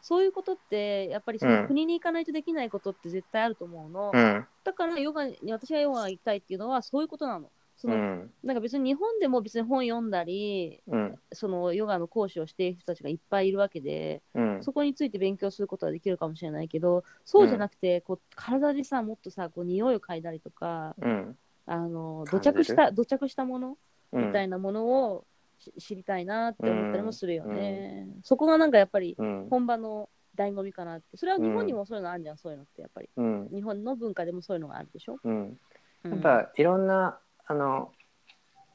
S1: そういうことってやっぱりそ
S2: うん
S1: の国に行かないとできないことって絶対あると思うの、
S2: うん
S1: だからヨガに私がヨガに行きたいっていうのはそういうことなの。その
S2: うん
S1: なんか別に日本でも別に本読んだり
S2: うん
S1: そのヨガの講師をしている人たちがいっぱいいるわけで、
S2: うん
S1: そこについて勉強することはできるかもしれないけどそうじゃなくて、こう体でさもっとさこう匂いを嗅いだりとか
S2: うん
S1: あの
S2: 感
S1: 土
S2: じ
S1: 着
S2: る
S1: した土着したもの
S2: うん
S1: みたいなものをし、知りたいなって思ったりもするよね、そこがなんかやっぱり
S2: うん
S1: 本場の醍醐味かなってそれは日本にもそういうのあるじゃん、そういうのってやっぱり
S2: うん
S1: 日本の文化でもそういうのがあるでしょ、
S2: うん
S1: うん
S2: やっぱいろんなあの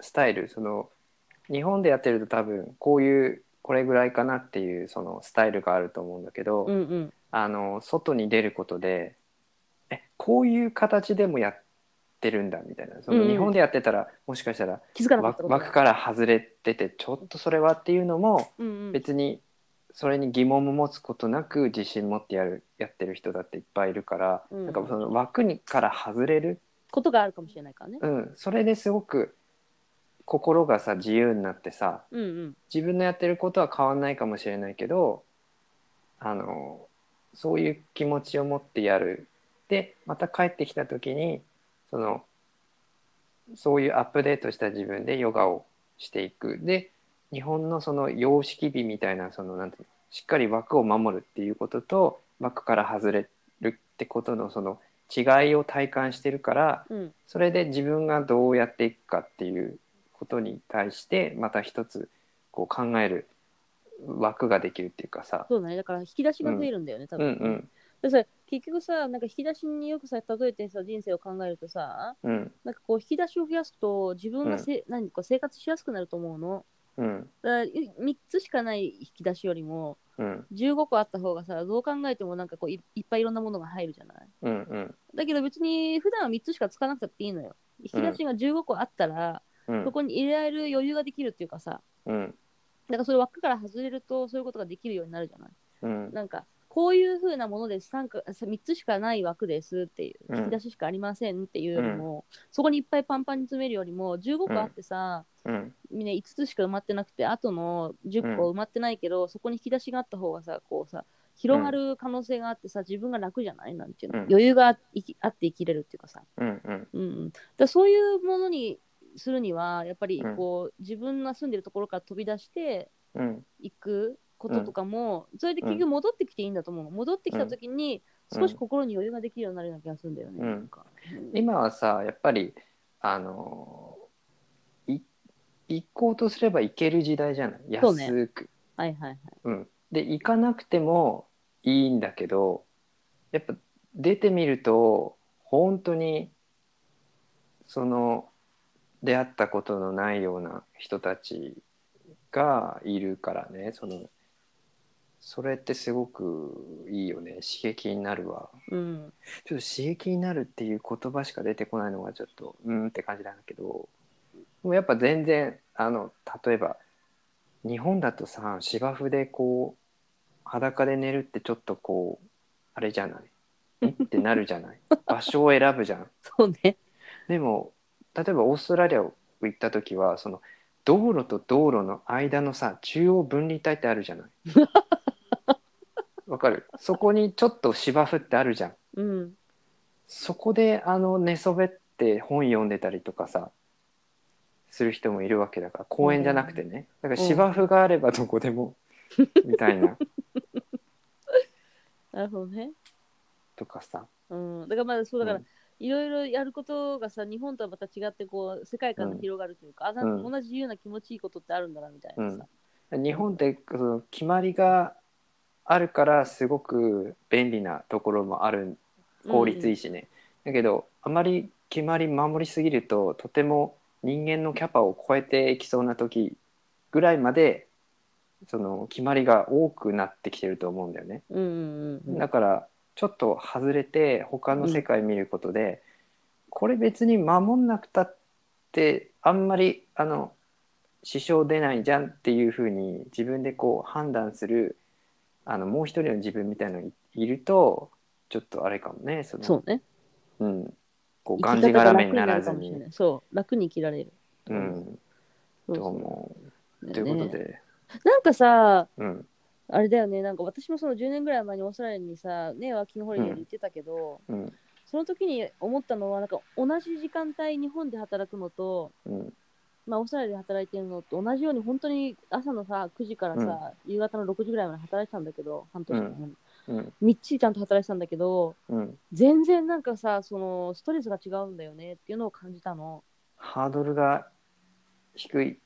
S2: スタイルその日本でやってると多分こういうこれぐらいかなっていうそのスタイルがあると思うんだけど、
S1: うんうん
S2: あの外に出ることでえこういう形でもやってるんだみたいなそ
S1: うん
S2: の
S1: うん
S2: 日本でやってたら、もしかしたら
S1: 気づかなかった
S2: 枠
S1: こと
S2: 枠から外れててちょっとそれはっていうのも
S1: うんうん
S2: 別にそれに疑問も持つことなく自信持ってやるやってる人だっていっぱいいるから、
S1: うん
S2: なんかその枠にから外れる
S1: ことがあるかもしれないからね
S2: うん、それですごく心がさ自由になってさ
S1: うんうん
S2: 自分のやってることは変わんないかもしれないけどあのそういう気持ちを持ってやるでまた帰ってきた時にそのそういうアップデートした自分でヨガをしていくで日本のその様式美みたいなそのなんていうのしっかり枠を守るっていうことと枠から外れるってことのその違いを体感してるから
S1: うん
S2: それで自分がどうやっていくかっていうことに対してまた一つこう考える枠ができるっていうかさ。
S1: そうだねだから引き出しが増えるんだよね、多
S2: うん
S1: 分、
S2: うん
S1: でさ結局さなんか引き出しによくさ例えてさ人生を考えるとさ
S2: うん
S1: なんかこう引き出しを増やすと自分がせ、何か生活しやすくなると思うの。
S2: うん
S1: だからい3つしかない引き出しよりも
S2: うん
S1: 15個あった方がさどう考えてもなんかこういいっぱいいろんなものが入るじゃない。
S2: うんうん
S1: だけど別に普段は3つしかつかなくたっていいのよ。引き出しが15個あったら、
S2: うん
S1: そこに入れられる余裕ができるっていうかさ
S2: うん
S1: だからそれ枠から外れるとそういうことができるようになるじゃない。
S2: うん
S1: なんかこういう風なものです三か3つしかない枠ですっていう
S2: うん
S1: 引き出ししかありませんっていうよりも、そこにいっぱいパンパンに詰めるよりも15個あってさ、
S2: うん
S1: みんな5つしか埋まってなくてあとの10個埋まってないけど、そこに引き出しがあった方がさこうさ広がる可能性があってさ自分が楽じゃないなんていうの、
S2: うん
S1: 余裕があ生きあって生きれるっていうかさ、
S2: うんうん
S1: うんうん、だからそういうものにするにはやっぱり
S2: うん
S1: こう、自分が住んでるところから飛び出して
S2: うん
S1: 行くこととかも、それで結局戻ってきていいんだと思うの、戻ってきた時に
S2: うん
S1: 少し心に余裕ができるようになるような気がするんだよね、
S2: うん
S1: なんか
S2: 今はさやっぱりあのい行こうとすれば行ける時代じゃない
S1: そうね
S2: 安く
S1: はいはいはい
S2: うん、で行かなくてもいいんだけどやっぱ出てみると本当にその出会ったことのないような人たちがいるからねそのそれってすごくいいよね刺激になるわ
S1: うん。
S2: ちょっと刺激になるっていう言葉しか出てこないのがちょっとうーんって感じなんだけどでもやっぱ全然あの例えば日本だとさ芝生でこう裸で寝るってちょっとこうあれじゃないんってなるじゃない場所を選ぶじゃん
S1: そうね。
S2: でも例えばオーストラリアを行った時はその道路と道路の間のさ中央分離帯ってあるじゃないわかるそこにちょっと芝生ってあるじゃん
S1: うん。
S2: そこであの寝そべって本読んでたりとかさする人もいるわけだから公園じゃなくてね、だから芝生があればどこでも、みたいな
S1: なるほどね。
S2: とかさ
S1: うん。だからまあそうだから、
S2: うん
S1: いろいろやることがさ、日本とはまた違って、こう、世界観が広がるというか、あ、なん
S2: う
S1: か
S2: ん
S1: 同じような気持ちいいことってあるんだな、みたいなさ。
S2: 日本ってその決まりがあるからすごく便利なところもある効率いいしね、だけどあまり決まり守りすぎるととても人間のキャパを超えていきそうな時ぐらいまでその決まりが多くなってきてると思うんだよね。
S1: うんうんうん。
S2: だからちょっと外れて他の世界見ることで、これ別に守んなくたってあんまりあの支障出ないじゃんっていうふうに自分でこう判断するあのもう一人の自分みたいなのがいいるとちょっとあれかもねその
S1: そうね。
S2: うん、こうが
S1: 生
S2: ん
S1: き
S2: じ
S1: 方が
S2: がら
S1: 楽
S2: め
S1: に
S2: にな
S1: な
S2: ら
S1: る
S2: ず
S1: かもし
S2: に
S1: れない。そう、楽に生きられる。
S2: うん、
S1: そう
S2: と
S1: そう
S2: 思う。
S1: ね
S2: ということで、
S1: なんかさ、
S2: うん
S1: あれだよね、なんか私もその10年ぐらい前にオーストラリアにさ、ね、ワーキングホリデーで行ってたけど、
S2: うん
S1: その時に思ったのは、なんか同じ時間帯、日本で働くのと、
S2: うん
S1: まあ、オーストラリアで働いてるのと同じように、本当に朝のさ、9時からさ、夕方の6時ぐらいまで働いてたんだけど、半年間、
S2: うん
S1: みっちりちゃんと働いてたんだけど、
S2: うん、
S1: 全然なんかさ、そのストレスが違うんだよねっていうのを感じたの。
S2: ハードルが低い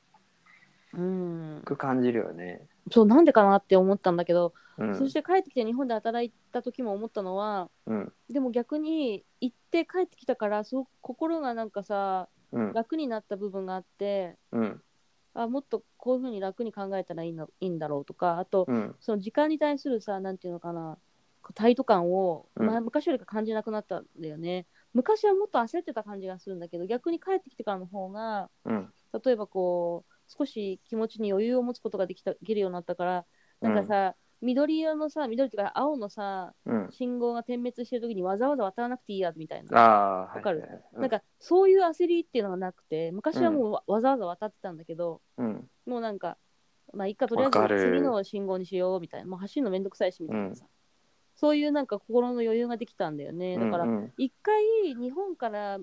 S1: うん、
S2: く感じるよね。
S1: そうなんでかなって思ったんだけど、
S2: うん、
S1: そして帰ってきて日本で働いた時も思ったのは、
S2: うん
S1: でも逆に行って帰ってきたからすごく心がなんかさ
S2: うん
S1: 楽になった部分があって
S2: うん
S1: あもっとこういうふうに楽に考えたらいいのいいんだろうとかあと、
S2: うん
S1: その時間に対するさなんていうのかな態度感を、
S2: うん
S1: まあ、昔よりか感じなくなったんだよね昔はもっと焦ってた感じがするんだけど逆に帰ってきてからの方が
S2: うん
S1: 例えばこう少し気持ちに余裕を持つことができたできるようになったからなんかさ、緑色のさ緑っていうか青のさ
S2: うん
S1: 信号が点滅してる時にわざわざ渡らなくていいやみたいな
S2: ああー
S1: わかる
S2: はいはいはい
S1: なんかそういう焦りっていうのがなくて昔はもうわ,、わざわざ渡ってたんだけど
S2: うん
S1: もうなんかまあ一回とりあえ
S2: わか
S1: ず
S2: る
S1: 次の信号にしようみたいなもう走るのめんどくさいしみたいなさ、そういうなんか心の余裕ができたんだよねだから
S2: うん
S1: 一回日本から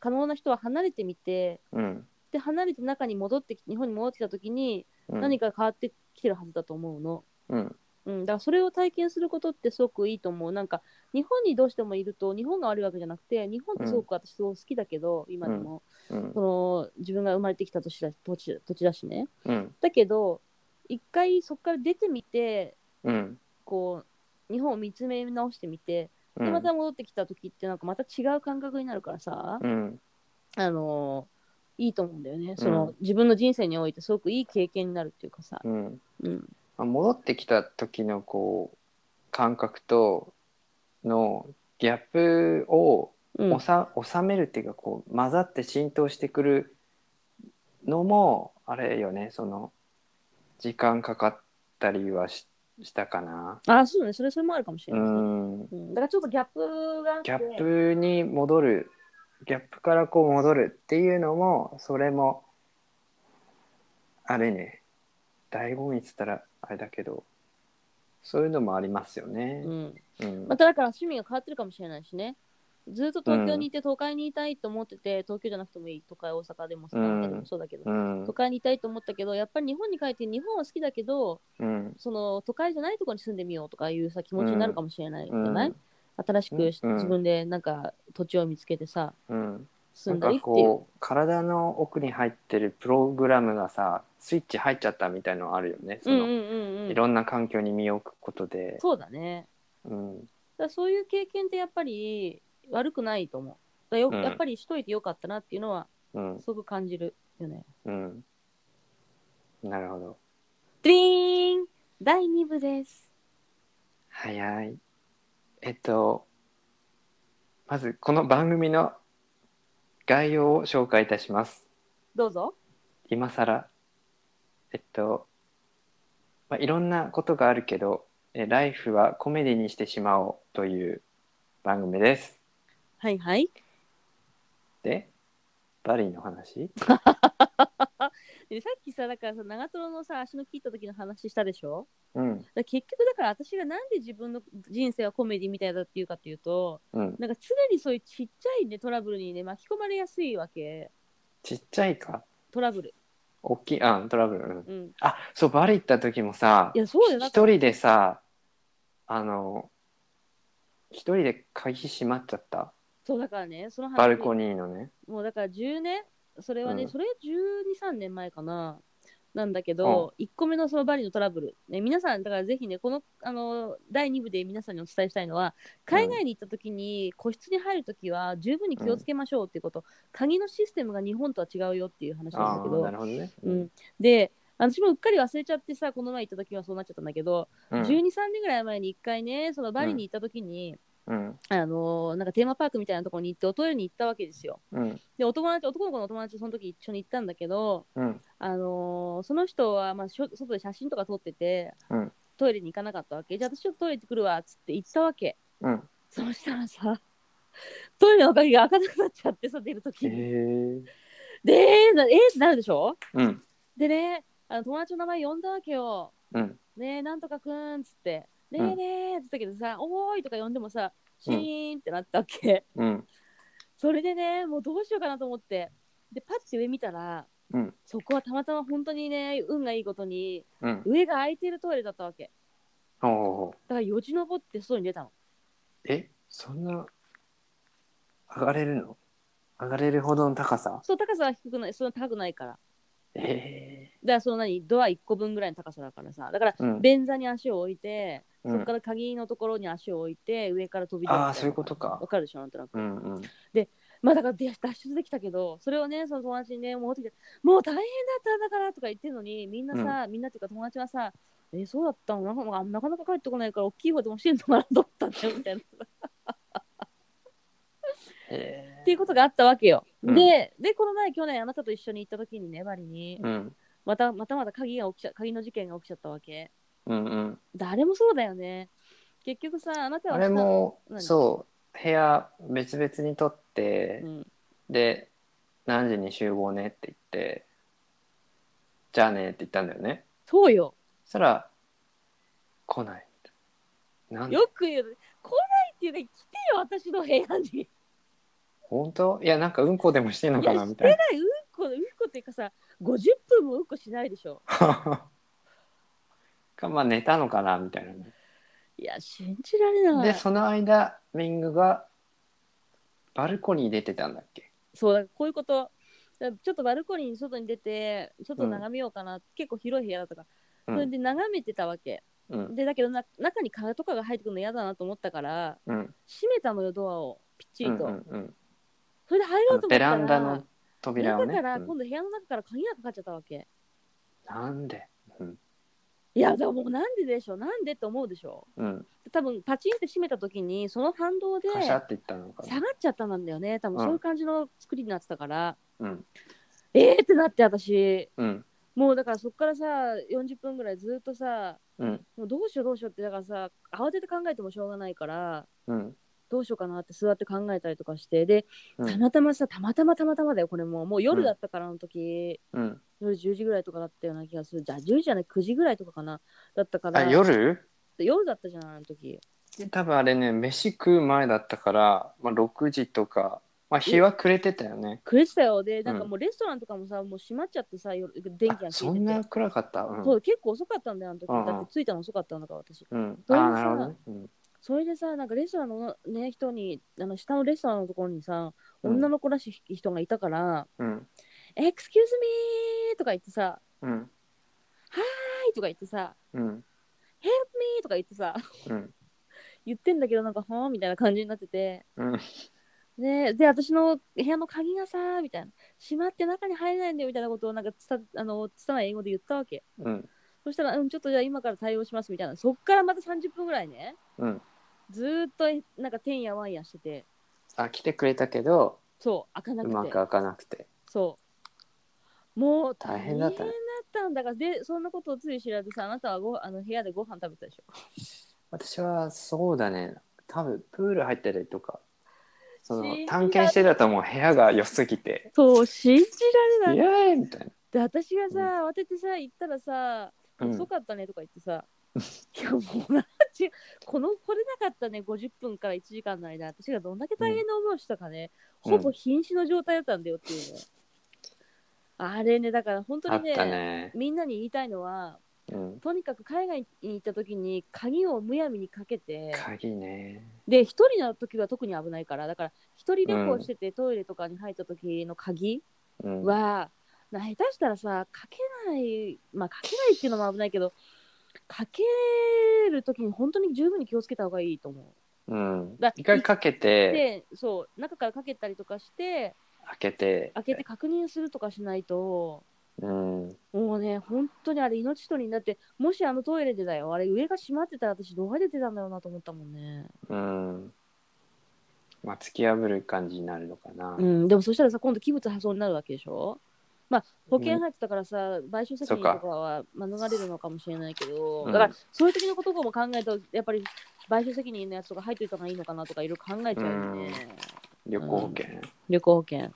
S1: 可能な人は離れてみて
S2: うん
S1: で離れて中に戻ってき日本に戻ってきた時に
S2: うん
S1: 何か変わってきてるはずだと思うの。
S2: うん
S1: うん、だからそれを体験することってすごくいいと思う。なんか日本にどうしてもいると日本が悪いわけじゃなくて日本ってすごく私すごく好きだけど、今でも、
S2: うん
S1: その自分が生まれてきた土地だ土地土地だしね。
S2: うん
S1: だけど一回そこから出てみて
S2: うん
S1: こう日本を見つめ直してみて
S2: う
S1: で
S2: ん
S1: また戻ってきた時ってなんかまた違う感覚になるからさ、
S2: うん
S1: あのいいと思うんだよね。その、
S2: うん
S1: 自分の人生においてすごくいい経験になるっていうかさ。
S2: うん
S1: うん、
S2: まあ戻ってきた時のこう感覚とのギャップを
S1: うん
S2: お、さ収めるっていうかこう混ざって浸透してくるのもあれよねその時間かかったりはししたかな。
S1: あ、そうね。それそれもあるかもしれ
S2: う
S1: ないですね。
S2: ん
S1: うんだからちょっとギャップがあって
S2: ギャップに戻るギャップからこう戻るっていうのもそれもあれね醍醐味っつったらあれだけどそういうのもありますよね
S1: う。ん、
S2: うん
S1: まただから趣味が変わってるかもしれないしねずっと東京にいて都会にいたいと思ってて、東京じゃなくてもいい都会大阪でもさ、
S2: うん
S1: でもそうだけど、
S2: うん
S1: 都会にいたいと思ったけどやっぱり日本に帰って日本は好きだけど
S2: うん
S1: その都会じゃないところに住んでみようとかいうさ気持ちになるかもしれないじゃない、新しく
S2: うん
S1: 自分でなんか土地を見つけてさ
S2: うんな
S1: 住ん
S2: ん
S1: だ
S2: か
S1: りっていう
S2: こう体の奥に入ってるプログラムがさスイッチ入っちゃったみたいのあるよねそ
S1: うん
S2: の、
S1: うんうんう
S2: い
S1: ん
S2: ろんな環境に身を置くことで。
S1: そうだね
S2: うん
S1: だからそういう経験ってやっぱり悪くないと思うだからよ、
S2: うん
S1: やっぱりしといてよかったなっていうのは
S2: うん
S1: すごく感じるよね
S2: うんなるほど。
S1: ドゥリーン第2部です。
S2: 早い。えっと、まずこの番組の概要を紹介いたします。
S1: どうぞ。
S2: 今更えっと、まあ、いろんなことがあるけど「えライフはコメディにしてしまおう」という番組です。
S1: はいはい。
S2: でバリーの話
S1: でさっきさ、だからさ、長瀞のさ、足の切った時の話したでしょ
S2: うん
S1: だから結局だから私がなんで自分の人生はコメディみたいだっていうかっていうと、
S2: うん
S1: なんか常にそういうちっちゃいね、トラブルにね、巻き込まれやすいわけ。
S2: ちっちゃいか
S1: トラブル。
S2: 大きいあトラブル、うん、
S1: うん。
S2: あそうバリ行った時もさ
S1: いや、そうだよ。
S2: ひ
S1: なんか
S2: 一人でさあの一人で鍵閉まっちゃった
S1: そうだからね、その話。
S2: バルコニーのね
S1: もうだから10年それはね、
S2: うん
S1: それ123年前かななんだけど、1個目のそのバリのトラブル、ね、皆さんだからぜひねこのあの第2部で皆さんにお伝えしたいのは海外に行った時に個室に入る時は十分に気をつけましょうっていうこと、鍵のシステムが日本とは違うよっていう話なん
S2: あ
S1: だ
S2: あ
S1: け
S2: ー
S1: ど
S2: なるほどね、
S1: うん、で私もうっかり忘れちゃってさこの前行った時はそうなっちゃったんだけど、
S2: うん
S1: 1 2 3年ぐらい前に1回ねそのバリに行った時に、
S2: うん
S1: あのなんかテーマパークみたいなところに行っておトイレに行ったわけですよ。
S2: うん
S1: でお友達男の子のお友達とその時一緒に行ったんだけど、
S2: うん
S1: あのーその人は、まあ、しょ外で写真とか撮ってて、
S2: うん
S1: トイレに行かなかったわけじゃあ私ちょっとトイレ行ってくるわっつって行ったわけ
S2: うん
S1: そしたらさトイレの鍵が開かなくなっちゃってさ出る時
S2: へえ
S1: に、でえー、なえーってなるでしょ
S2: うん
S1: でねあの友達の名前呼んだわけよ
S2: うん
S1: ねえなんとかくんっつってね
S2: う
S1: え
S2: ん
S1: ねえっつったけどさ、おーいとか呼んでもさシーンってなったわけ、
S2: うん
S1: それでねもうどうしようかなと思ってでパッて上見たら
S2: うん
S1: そこはたまたま本当にね運がいいことに
S2: うん
S1: 上が空いてるトイレだったわけ
S2: おお
S1: だからよじ登って外に出たの
S2: えそんな上がれるの上がれるほどの高さ
S1: そう高さは低くないそんな高くないからだか
S2: ええ
S1: らその何ドア1個分ぐらいの高さだからさだから
S2: うん
S1: 便座に足を置いて、
S2: う
S1: そこ
S2: ん
S1: から鍵のところに足を置いて上から飛び出る
S2: あーそういうことか
S1: わかるでしょなんとなく
S2: うんうん
S1: まあだからで脱出できたけどそれをねその友達にねもう持ってきてもう大変だったんだからとか言ってるのにみんなさ、みんなっていうか友達はさえそうだったのなんかなかなか帰ってこないから大きい方でもしてんのかなと思ったんだよみたいな
S2: え
S1: っていうことがあったわけよ。
S2: うん
S1: で、で、この前、去年、あなたと一緒に行った時にね、バリに、
S2: うん
S1: またまたまた鍵が起きちゃ鍵の事件が起きちゃったわけ。
S2: うんうん
S1: 誰もそうだよね。結局さ、あなたは
S2: あれも
S1: 何
S2: そう部屋別々に取って
S1: うん、
S2: で何時に集合ねって言ってじゃあねって言ったんだよね
S1: そうよ。
S2: そしたら来ないなんだ
S1: よく言う。来ないっていうか、来てよ、私の部屋に。
S2: 本当いやなんかうんこでもしてんの
S1: い
S2: か
S1: や、
S2: な
S1: し
S2: み
S1: て
S2: た
S1: ないい、うんこ、うんこっていうかさ、50分もうんこしないでしょ。
S2: な かまあ寝たのかなみたいなね
S1: いや、信じられない。
S2: でその間ミングがバルコニー出てたんだっけ
S1: そうだからこういうことだからちょっとバルコニーに外に出てちょっと眺めようかな、結構広い部屋だったから、
S2: うん
S1: それで眺めてたわけ
S2: うん
S1: でだけどな中に蚊とかが入ってくるの嫌だなと思ったから
S2: うん
S1: 閉めたのよドアをピチリと、
S2: うんうん
S1: それで入
S2: う
S1: ろ
S2: ん
S1: うと思
S2: ベ
S1: った
S2: ラ
S1: ら
S2: ンダの扉
S1: 中
S2: をね、
S1: から
S2: うん
S1: 今度部屋の中から鍵がかかっちゃったわけ、
S2: なんでうん
S1: いやだからもうなんででしょなんでって思うでしょ
S2: うん
S1: 多分パチンって閉めた時にその反動で
S2: カシャって言ったのか
S1: 下
S2: な
S1: がっちゃったなんだよね多分そういう感じの作りになってたから、
S2: うん
S1: えーってなって私
S2: うん
S1: もうだからそっからさ40分ぐらいずっとさ
S2: うん
S1: もうどうしようどうしようってだからさ慌てて考えてもしょうがないから
S2: うん
S1: どうしようかなって座って考えたりとかしてで
S2: うん
S1: たまたまさたまたまたまたまだよこれももう夜だったからあの時、
S2: うん
S1: 夜10時ぐらいとかだったような気がするじゃあ10時じゃない9時ぐらいとかかなだったから
S2: あ夜
S1: 夜だったじゃないあの時
S2: 多分あれね飯食う前だったから、まあ、6時とか、まあ、日は暮れてたよね
S1: くれてたよでなんかもうレストランとかもさもう閉まっちゃってさ夜電気が
S2: あ
S1: 消えてて
S2: そんな暗かったうん
S1: そうう結構遅かったんだよあの時
S2: うんうん
S1: だって着いたの遅かったんだから私
S2: ん、あ
S1: どういう
S2: ーなるほどね、うん
S1: それでさなんかレストランの、ね、人にあの下のレストランのところにさ
S2: うん
S1: 女の子らしい人がいたから
S2: うん
S1: 「エクスキューズミー」とか言ってさ
S2: うん
S1: 「はい」とか言ってさ
S2: うん
S1: 「ヘルプミー」とか言ってさ
S2: うん
S1: 言ってんだけどなんか「はあ」みたいな感じになってて
S2: うん
S1: でで私の部屋の鍵がさみたいな閉まって中に入れないんだよみたいなことをなんかつたあのつたない英語で言ったわけ
S2: うん
S1: そそしたら、うん、ちょっとじゃあ今から対応しますみたいな。そっからまた30分ぐらいね、
S2: うん。
S1: ずーっとえなんかてんやわんやしてて、
S2: あ、来てくれたけど、
S1: そう、開かな
S2: う
S1: くて。
S2: まく開かなくて。
S1: そう。もう
S2: 大変だった
S1: 大だ
S2: ね
S1: ったんだから、で、そんなことをつい知らずさ、あなたはごあの部屋でご飯食べたでしょ。
S2: 私は、そうだね。多分、プール入ったりとか、その
S1: 信じられ、
S2: 探検してたともう部屋が良すぎて、
S1: そう、信じ
S2: イ
S1: られない。
S2: エーイみたい
S1: で、私がさ、
S2: う
S1: 慌ててさ、行ったらさ、
S2: な。うん
S1: 遅かったねとか言って さ、いやもうな違うこの来れなかったね50分から1時間の間私がどんだけ大変な思いをしたかね、
S2: う
S1: ほ
S2: ん
S1: ぼ瀕死の状態だったんだよっていうね、あれねだから本当
S2: あっ
S1: にね
S2: たね。
S1: みんなに言いたいのは
S2: うん。
S1: とにかく海外に行った時に鍵をむやみにかけて
S2: 鍵ね。
S1: で一人の時は特に危ないからだから一人旅行してて、トイレとかに入った時の鍵
S2: うん。
S1: は、な下手したらさかけないまあかけないっていうのも危ないけどかける時に本当に十分に気をつけた方がいいと思う。
S2: うん
S1: だ
S2: 一回かけて、
S1: でそう中からかけたりとかして
S2: 開けて、
S1: 開けて確認するとかしないと
S2: うん。
S1: もうね本当にあれ命取りになってもしあのトイレでだよあれ上が閉まってたら私どうやって出てたんだろうなと思ったもんね、
S2: うん。まあ、突き破る感じになるのかな。
S1: うん、でもそしたらさ今度器物破損になるわけでしょまあ保険入ってたからさ、賠償責任とかは免れるのかもしれないけど、
S2: うん
S1: だからそういう時のことも考えるとやっぱり賠償責任のやつとか入ってた方がいいのかなとかいろいろ考えちゃうよね、
S2: 旅行保険。
S1: 旅行保険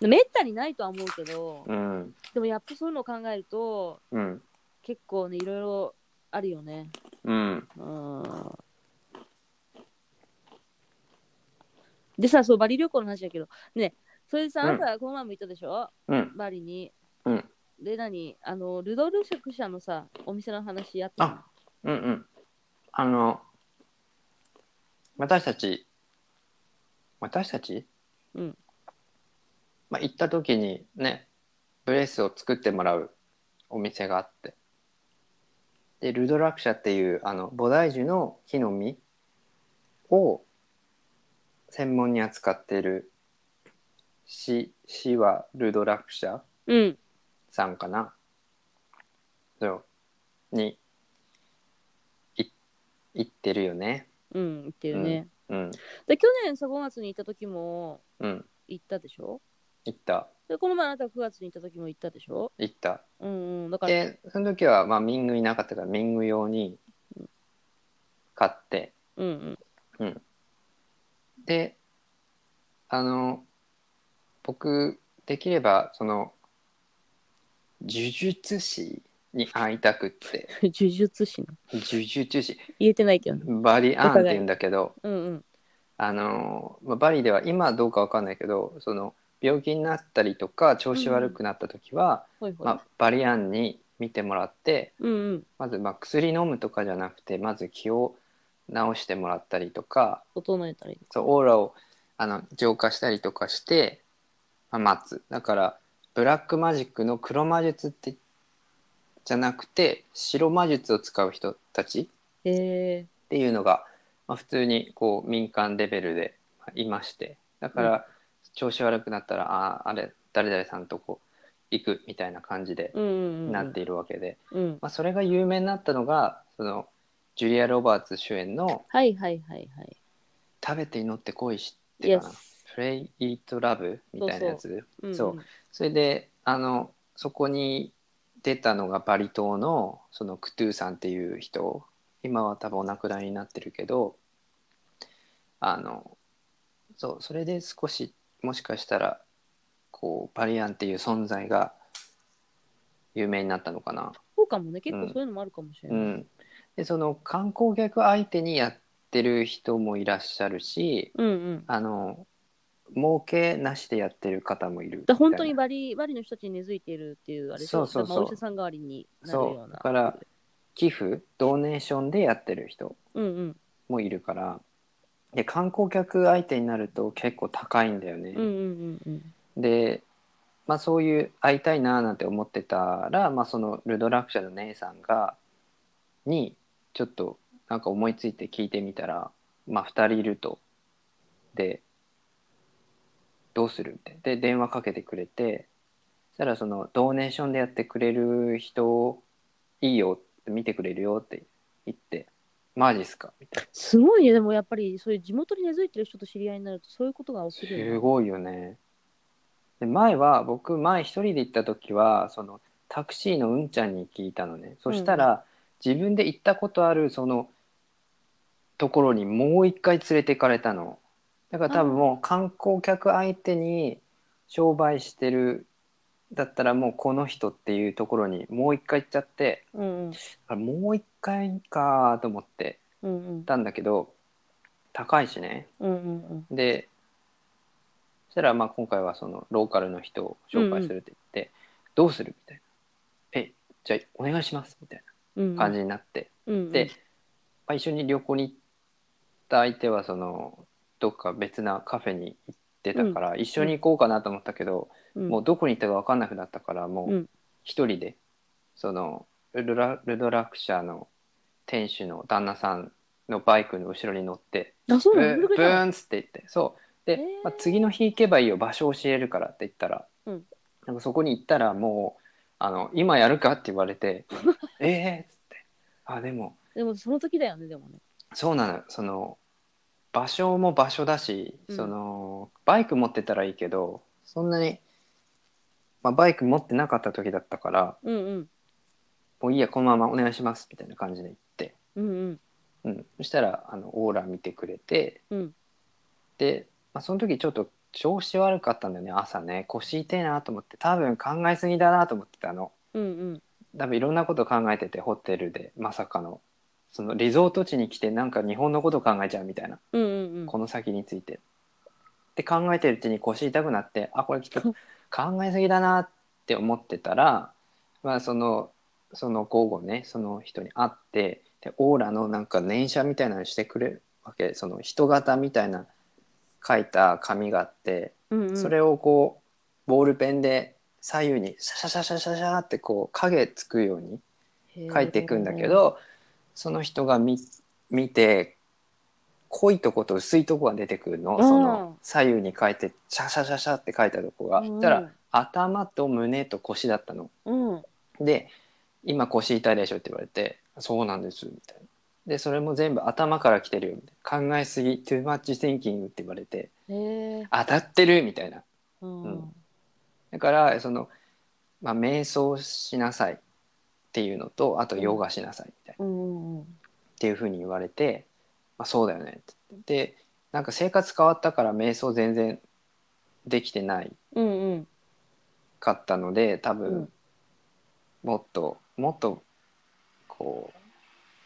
S2: うん。
S1: めったにないとは思うけど、
S2: うん。
S1: でもやっぱそういうのを考えると
S2: うん。
S1: 結構ねいろいろあるよね。
S2: うん。
S1: うんでさそうバリ旅行の話だけどねそれでさ
S2: うん
S1: あなたこの前も行ったでしょ、
S2: うん。
S1: バリに。
S2: うん
S1: で何あのルドルシク社のさお店の話やったの
S2: あうん。うん。あの、私たち、私たち
S1: うん。
S2: まあ、行った時にね、ブレスを作ってもらうお店があって。で、ルドラクシャっていう、あの、菩提樹の木の実を専門に扱っている、シ、シはルドラクシャ
S1: うん
S2: さんかなそうにい行ってるよね
S1: うん行ってるね。
S2: うん
S1: で去年さ5月に行った時も
S2: うん
S1: 行ったでしょ
S2: 行った
S1: でこの前あなたが9月に行った時も行ったでしょ
S2: 行った
S1: うんうんだから
S2: でその時はまあミングいなかったからミング用に買って
S1: うんうん
S2: であの僕できればその呪術師に会いたくって
S1: 呪術師の
S2: 呪術師
S1: 言えてないけどね。
S2: バリアーンって言うんだけど
S1: うんうん
S2: あのまあ、バリでは今はどうかわかんないけどその病気になったりとか調子悪くなった時は、
S1: ほいほい。
S2: まあ、バリアンに見てもらって
S1: うんうん。
S2: まずまあ薬飲むとかじゃなくてまず気を治してもらったりとか
S1: 整えたらいい。
S2: そうオーラをあの浄化したりとかして、まあ、待つだからブラックマジックの黒魔術ってじゃなくて白魔術を使う人たち
S1: え
S2: っていうのが、まあ、普通にこう民間レベルでまあいましてだから、調子悪くなったらあああれ誰々さんとこう行くみたいな感じで
S1: ー、うんうん、うん。
S2: なっているわけで、
S1: うん。
S2: まあ、それが有名になったのがそのジュリア・ロバーツ主演の
S1: はいはいはいはい。
S2: 「食べて祈って恋し」っていう
S1: Yes
S2: かな「プレイ・イート・ラブ」みたいなやつ
S1: うんん
S2: そうそれであのそこに出たのがバリ島のそのクトゥーさんっていう人今は多分お亡くなりになってるけどあのそうそれで少しもしかしたらこうバリアンっていう存在が有名になったのかな。
S1: そうかもね、結構そういうのもあるかもしれ
S2: う
S1: ない。
S2: ん、でその観光客相手にやってる人もいらっしゃるし
S1: うん、うん、
S2: あの儲けなしでやってる方もいるみ
S1: だ
S2: たいな
S1: 本当にバリバリの人たちに根付いているっていうあれでしょ
S2: そうそ
S1: だからまあ
S2: うそう
S1: お医者さん代わりになる
S2: そ
S1: よう
S2: う
S1: な
S2: だから寄付ドネーションでやってる人
S1: うんうん
S2: もいるからで観光客相手になると結構高いんだよ
S1: うんうん
S2: ね、
S1: うん
S2: で、まあ、そういう会いたいなーなんて思ってたら、まあ、そのルドラクシャの姉さんがにちょっとなんか思いついて聞いてみたら、まあ、2人いるとでどうするってで電話かけてくれてそしたらそのドネーションでやってくれる人いいよって見てくれるよって言ってマジっすかみたい
S1: すごいね、でもやっぱりそういう地元に根付いてる人と知り合いになるとそういうことが起き
S2: な
S1: るよね。
S2: すごいよねで前は僕前一人で行った時はそのタクシーのうんちゃんに聞いたのねそしたら、自分で行ったことあるそのところにもう一回連れて行かれたのだから多分もう観光客相手に商売してるだったらもうこの人っていうところにもう一回行っちゃって
S1: うんうん
S2: あもう一回かと思って
S1: うんうん
S2: 行ったんだけど高いしね
S1: うんうん
S2: でそしたらまあ今回はそのローカルの人を紹介するって言って、どうするみたいな「えじゃあお願いします」みたい
S1: うん
S2: な感じになって、
S1: うん
S2: で、まあ、一緒に旅行に行った相手はそのどっか別なカフェに行ってたから、一緒に行こうかなと思ったけど、
S1: うん
S2: もうどこに行ったか分かんなくなったからも
S1: う
S2: うん一人でそのルドラルドラクシャーの店主の旦那さんのバイクの後ろに乗って
S1: あそう
S2: ブ
S1: なの
S2: ーンブーンっつって言ってそうで、
S1: へー
S2: まあ、次の日行けばいいよ場所教えるからって言ったら、
S1: うん
S2: なんかそこに行ったらもうあの今やるかって言われて 「ええ」っつってあでも
S1: でもその時だよねでもね。
S2: そうなのその場所も場所だし、
S1: うん
S2: そのバイク持ってたらいいけどそんなに、まあ、バイク持ってなかった時だったから
S1: うんうん
S2: 「もういいやこのままお願いします」みたいな感じで行って、
S1: うんうん
S2: うん、そしたらあのオーラ見てくれて
S1: うん
S2: で、まあ、その時ちょっと調子悪かったんだよね朝ね腰痛いなと思って多分考えすぎだなと思ってたの
S1: うんうん
S2: 多分いろんなこと考えててホテルでまさかのそのリゾート地に来てなんか日本のこと考えちゃうみたいな。
S1: うんうんうん
S2: この先について。って考えてるうちに腰痛くなってあこれきっと考えすぎだなって思ってたら、まあ、そのその午後ねその人に会ってでオーラのなんか念写みたいなのしてくれるわけその人型みたいな書いた紙があって
S1: うんうん
S2: それをこうボールペンで左右にシャシャシャシャシャシャってこう影つくように書いていくんだけ。ど、その人が見見て濃いとこと薄いとこが出てくるの,、
S1: うん
S2: その左右に書いてシャシャシャシャって書いたとこ
S1: へ
S2: が、
S1: ー
S2: そしたら頭と胸と腰だったの。
S1: うんうん
S2: で「今腰痛いでしょ」って言われて「そうなんです」みたいな。でそれも全部頭から来てるよみたいな考えすぎ「too much thinking」って言われて
S1: へえ
S2: 「当たってる」みたいな
S1: うん
S2: うんだからその、まあ、瞑想しなさいっていうのとあとヨガしなさいみたいな。
S1: うんうん
S2: っていうふうに言われて、まあ、そうだよねって言ってでなんか生活変わったから瞑想全然できてない
S1: うんうん
S2: かったので多分、
S1: うん
S2: もっともっとこう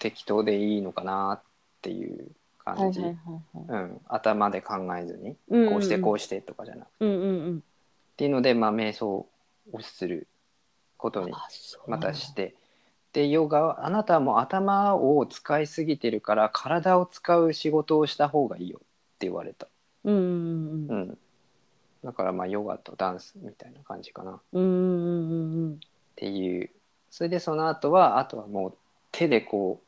S2: 適当でいいのかなっていう
S1: はいは
S2: 感
S1: い
S2: じ、
S1: はいはい。
S2: うん、頭で考えずに
S1: うんうんうん
S2: こうしてこうしてとかじゃなくて、っ
S1: うんうんうん。
S2: ていうので、まあ、瞑想をすることに
S1: あそうな
S2: ま
S1: んだ
S2: たして。でヨガはあなたはもう頭を使いすぎてるから体を使う仕事をした方がいいよって言われた、
S1: うんうん
S2: う
S1: うん
S2: ん、だからまあヨガとダンスみたいな感じかなっ
S1: うんうんうんうん
S2: ていうそれでその後はあとはもう手でこう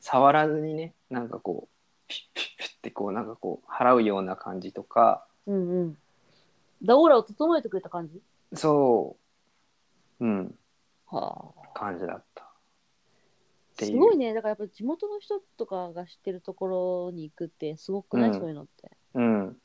S2: 触らずにねなんかこうピッピッピッってこうなんかこう払うような感じとか
S1: うんうん。だオーラを整えてくれた感じ
S2: そううん
S1: はあ。
S2: 感じだったってい
S1: す
S2: う
S1: ごいね。だからやっぱ地元の人とかが知ってるところに行くってすごくない、
S2: うん
S1: そういうのって。
S2: うん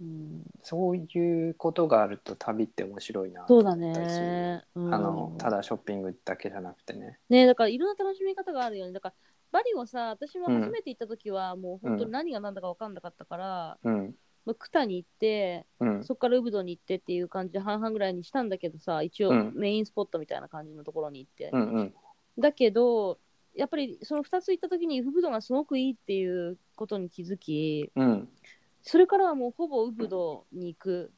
S1: うん、
S2: そういうことがあると旅って面白いなと
S1: そうだ
S2: 思ったりする
S1: ね。うん、
S2: あのただショッピングだけじゃなくてね。
S1: ねだからいろんな楽しみ方があるよね。だからバリをさ、私も初めて行った時はもう本当に何が何だか分かんなかったから、
S2: うん
S1: まあ、クタに行って、
S2: うん
S1: そこからウブドに行ってっていう感じで半々ぐらいにしたんだけどさ、一応
S2: うん
S1: メインスポットみたいな感じのところに行って。
S2: うんうん
S1: だけど、やっぱりその2つ行った時にウブドがすごくいいっていうことに気づき、
S2: うん
S1: それからはもうほぼウブドに行く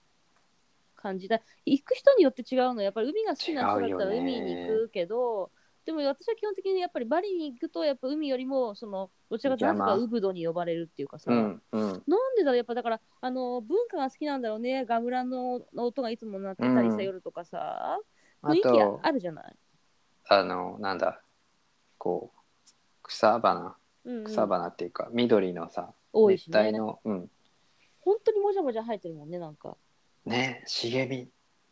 S1: 感じだ。行く人によって違うの、やっぱり海が好きな人だったら
S2: 違うよ
S1: 海
S2: ね
S1: に行くけど、でも私は基本的にやっぱりバリに行くと、やっぱ海よりも、その、どちらかというと
S2: 山
S1: なんかウブドに呼ばれるっていうかさ、
S2: う
S1: なん
S2: んうん
S1: でだろう、やっぱだから、あの、文化が好きなんだろうね、ガムランのの音がいつも鳴ってたりさ、
S2: うん
S1: 夜とかさ、
S2: あ
S1: 雰囲気
S2: と
S1: あるじゃない。
S2: あのなんだこう草花
S1: うんうん
S2: 草花っていうか緑のさ
S1: 多いし
S2: 熱帯
S1: ね。
S2: のうん
S1: 本当にもじゃもじゃ生えてるもんね、なんか。
S2: ね茂み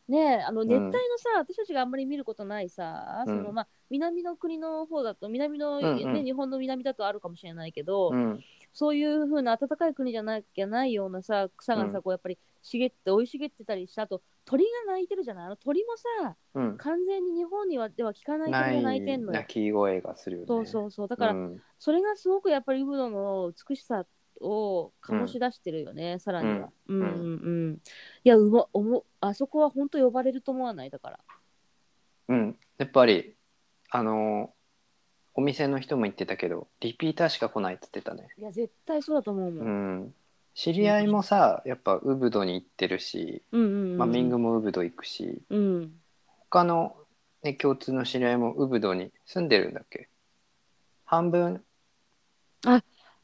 S1: ねえあの
S2: ん
S1: 熱帯のさ、私たちがあんまり見ることないさ、
S2: うん
S1: そのまあ、南の国の方だと南の、
S2: うんうん
S1: ね、日本の南だとあるかもしれないけど、
S2: うん
S1: そういう風な暖かい国じゃなきゃないようなさ草がさ、
S2: うん
S1: こうやっぱり茂って生い茂ってたりしたあと鳥が鳴いてるじゃないあの鳥もさ
S2: うん
S1: 完全に日本にはでは聞かない
S2: な
S1: 鳥が
S2: い
S1: 鳴いてんのよ
S2: 鳴。き声がするよね
S1: そう
S2: う
S1: そうそうだから、
S2: ん
S1: それがすごくやっぱりウブドの美しさを醸し出してるよね、さらには。うん
S2: ん
S1: うんうん。いや、うま、おも、あそこは本当呼ばれると思わないだから。
S2: うん、やっぱりあのお店の人も言ってたけどリピーターしか来ないって言ってたね
S1: いや、絶対そうだと思うも。
S2: うんん知り合いもさやっぱウブドに行ってるし、
S1: うんうん、うん。
S2: まあ、ミングもウブド行くし
S1: うん。
S2: 他の、ね、共通の知り合いもウブドに住んでるんだっけ半分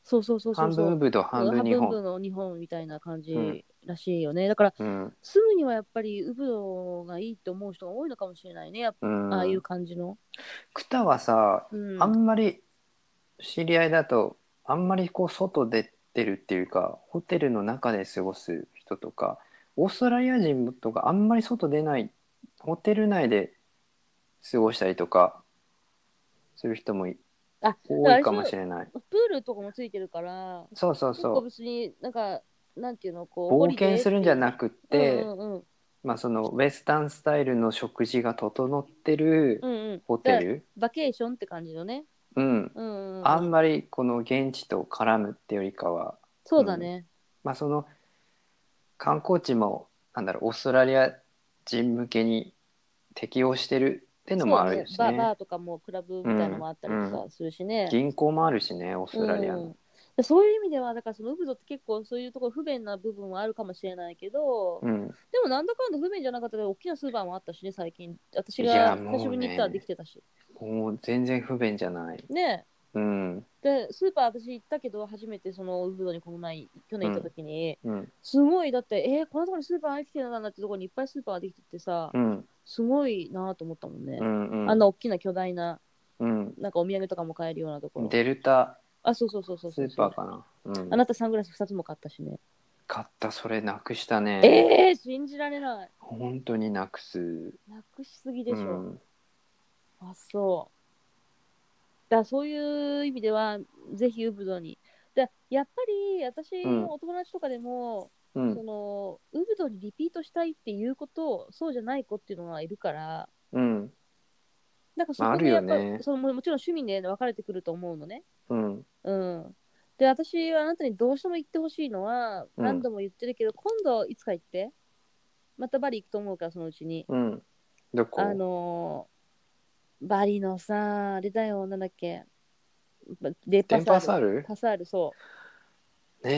S1: そうそうそうそ
S2: 半
S1: うそ
S2: 分ウ
S1: う。
S2: ブド半分日
S1: ウブ
S2: 本
S1: の日本みたいな感
S2: う
S1: じ
S2: ん
S1: らしいよね。だから、
S2: うん
S1: すぐにはやっぱりウブドがいいと思う人が多いのかもしれないね。やっぱ
S2: うん
S1: ああいう感じの。
S2: クタはさ
S1: うん。
S2: あんまり知り合いだとあんまりこう外出てるっていうかホテルの中で過ごす人とかオーストラリア人とかあんまり外出ないホテル内で過ごしたりとかする人もい
S1: あ
S2: 多いかもしれない
S1: プールとかもついてるから、
S2: そうそう
S1: 結構
S2: そう
S1: 別になんか、なんていうの、こう。
S2: 冒険するんじゃな
S1: く
S2: くって、
S1: うんうんうん、
S2: まあ、そのウェスタンスタイルの食事が整ってる
S1: うんうん、
S2: ホテル、
S1: バケーションって感じのね。
S2: うん、
S1: うんうんうん、
S2: あんまりこの現地と絡むってよりかは
S1: そうだね。
S2: まあ、その観光地もなんだろうオーストラリア人向けに適用してるってのもあるし
S1: そうだね
S2: ね
S1: バーバーとかもクラブみたいなのもあったりとかするしね。
S2: 銀行もあるしねオーストラリア
S1: う
S2: の
S1: ん。でそういう意味では、だからそのウブドって結構そういうところ不便な部分はあるかもしれないけど、
S2: うん、
S1: でもなんだかんだ不便じゃなかったけど、大きなスーパーもあったしね、最近。私
S2: い
S1: が
S2: やもうね
S1: 久しぶりに行ったらできてたし。
S2: もう全然不便じゃない、
S1: ね
S2: うん
S1: で、スーパー私行ったけど、初めてそのウブドにこの前、去年行った時に、
S2: うん
S1: すごい、だって、えーこんなところにスーパーできてるんだなってところにいっぱいスーパーできててさ、
S2: うん
S1: すごいなと思ったもんね。
S2: うんうん
S1: あんな大きな巨大な、
S2: うん
S1: なんかお土産とかも買えるようなところ。
S2: デルタ
S1: あ、そうそうそうそう
S2: ス
S1: そう
S2: ーパーかな、う
S1: あ
S2: ん、
S1: なたサングラス2つも買ったしね。
S2: 買ったそれなくしたね、
S1: えー、信じられない。
S2: 本当になくす
S1: なくしすぎでし
S2: う
S1: ょ。
S2: ん
S1: あ、そう。だからそういう意味では、ぜひウブドに。でやっぱり私のお友達とかでも、
S2: う
S1: そ
S2: ん
S1: のウブドにリピートしたいっていう子とそうじゃない子っていうのがいるから
S2: うん
S1: なんかそこでやっぱ、
S2: あるよね
S1: そのももちろん趣味で分かれてくると思うのね。
S2: うん
S1: うん。で、私はあなたにどうしても言ってほしいのは、
S2: うん
S1: 何度も言ってるけど、今度いつか行って。またバリ行くと思うから、そのうちに。
S2: うんどこ
S1: あのーバリのさ、あれだよ、なんだっけ。ばデ
S2: テンパサ
S1: ール。
S2: ール
S1: パサール、そう。
S2: ね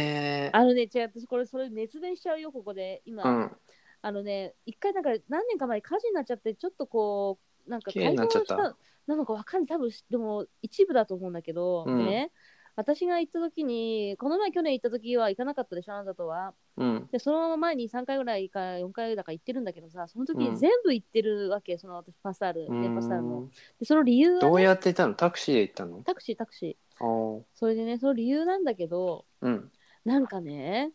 S2: え
S1: あのね、違う、私これ、それ熱弁しちゃうよ、ここで。今、
S2: うん
S1: あのね、一回なんか何年か前火事になっちゃって、ちょっとこう、なんか
S2: 綺麗になっちゃった
S1: 解放なのかわかんない、多分でも一部だと思うんだけど、
S2: うん
S1: ね、私が行った時に、この前去年行った時は行かなかったでしょ、あなたとは。
S2: うん
S1: で、その前に3回ぐらいか4回だか行ってるんだけどさ、その時
S2: う
S1: に
S2: ん
S1: 全部行ってるわけ、その私パスタール、電波スタール
S2: う
S1: の
S2: ん。
S1: で、その理由
S2: ど
S1: は、
S2: う
S1: ね、
S2: やって行ったのタクシーで行ったの
S1: タクシー、タクシー。
S2: あー
S1: それでね、その理由なんだけど、
S2: うん
S1: なんかね、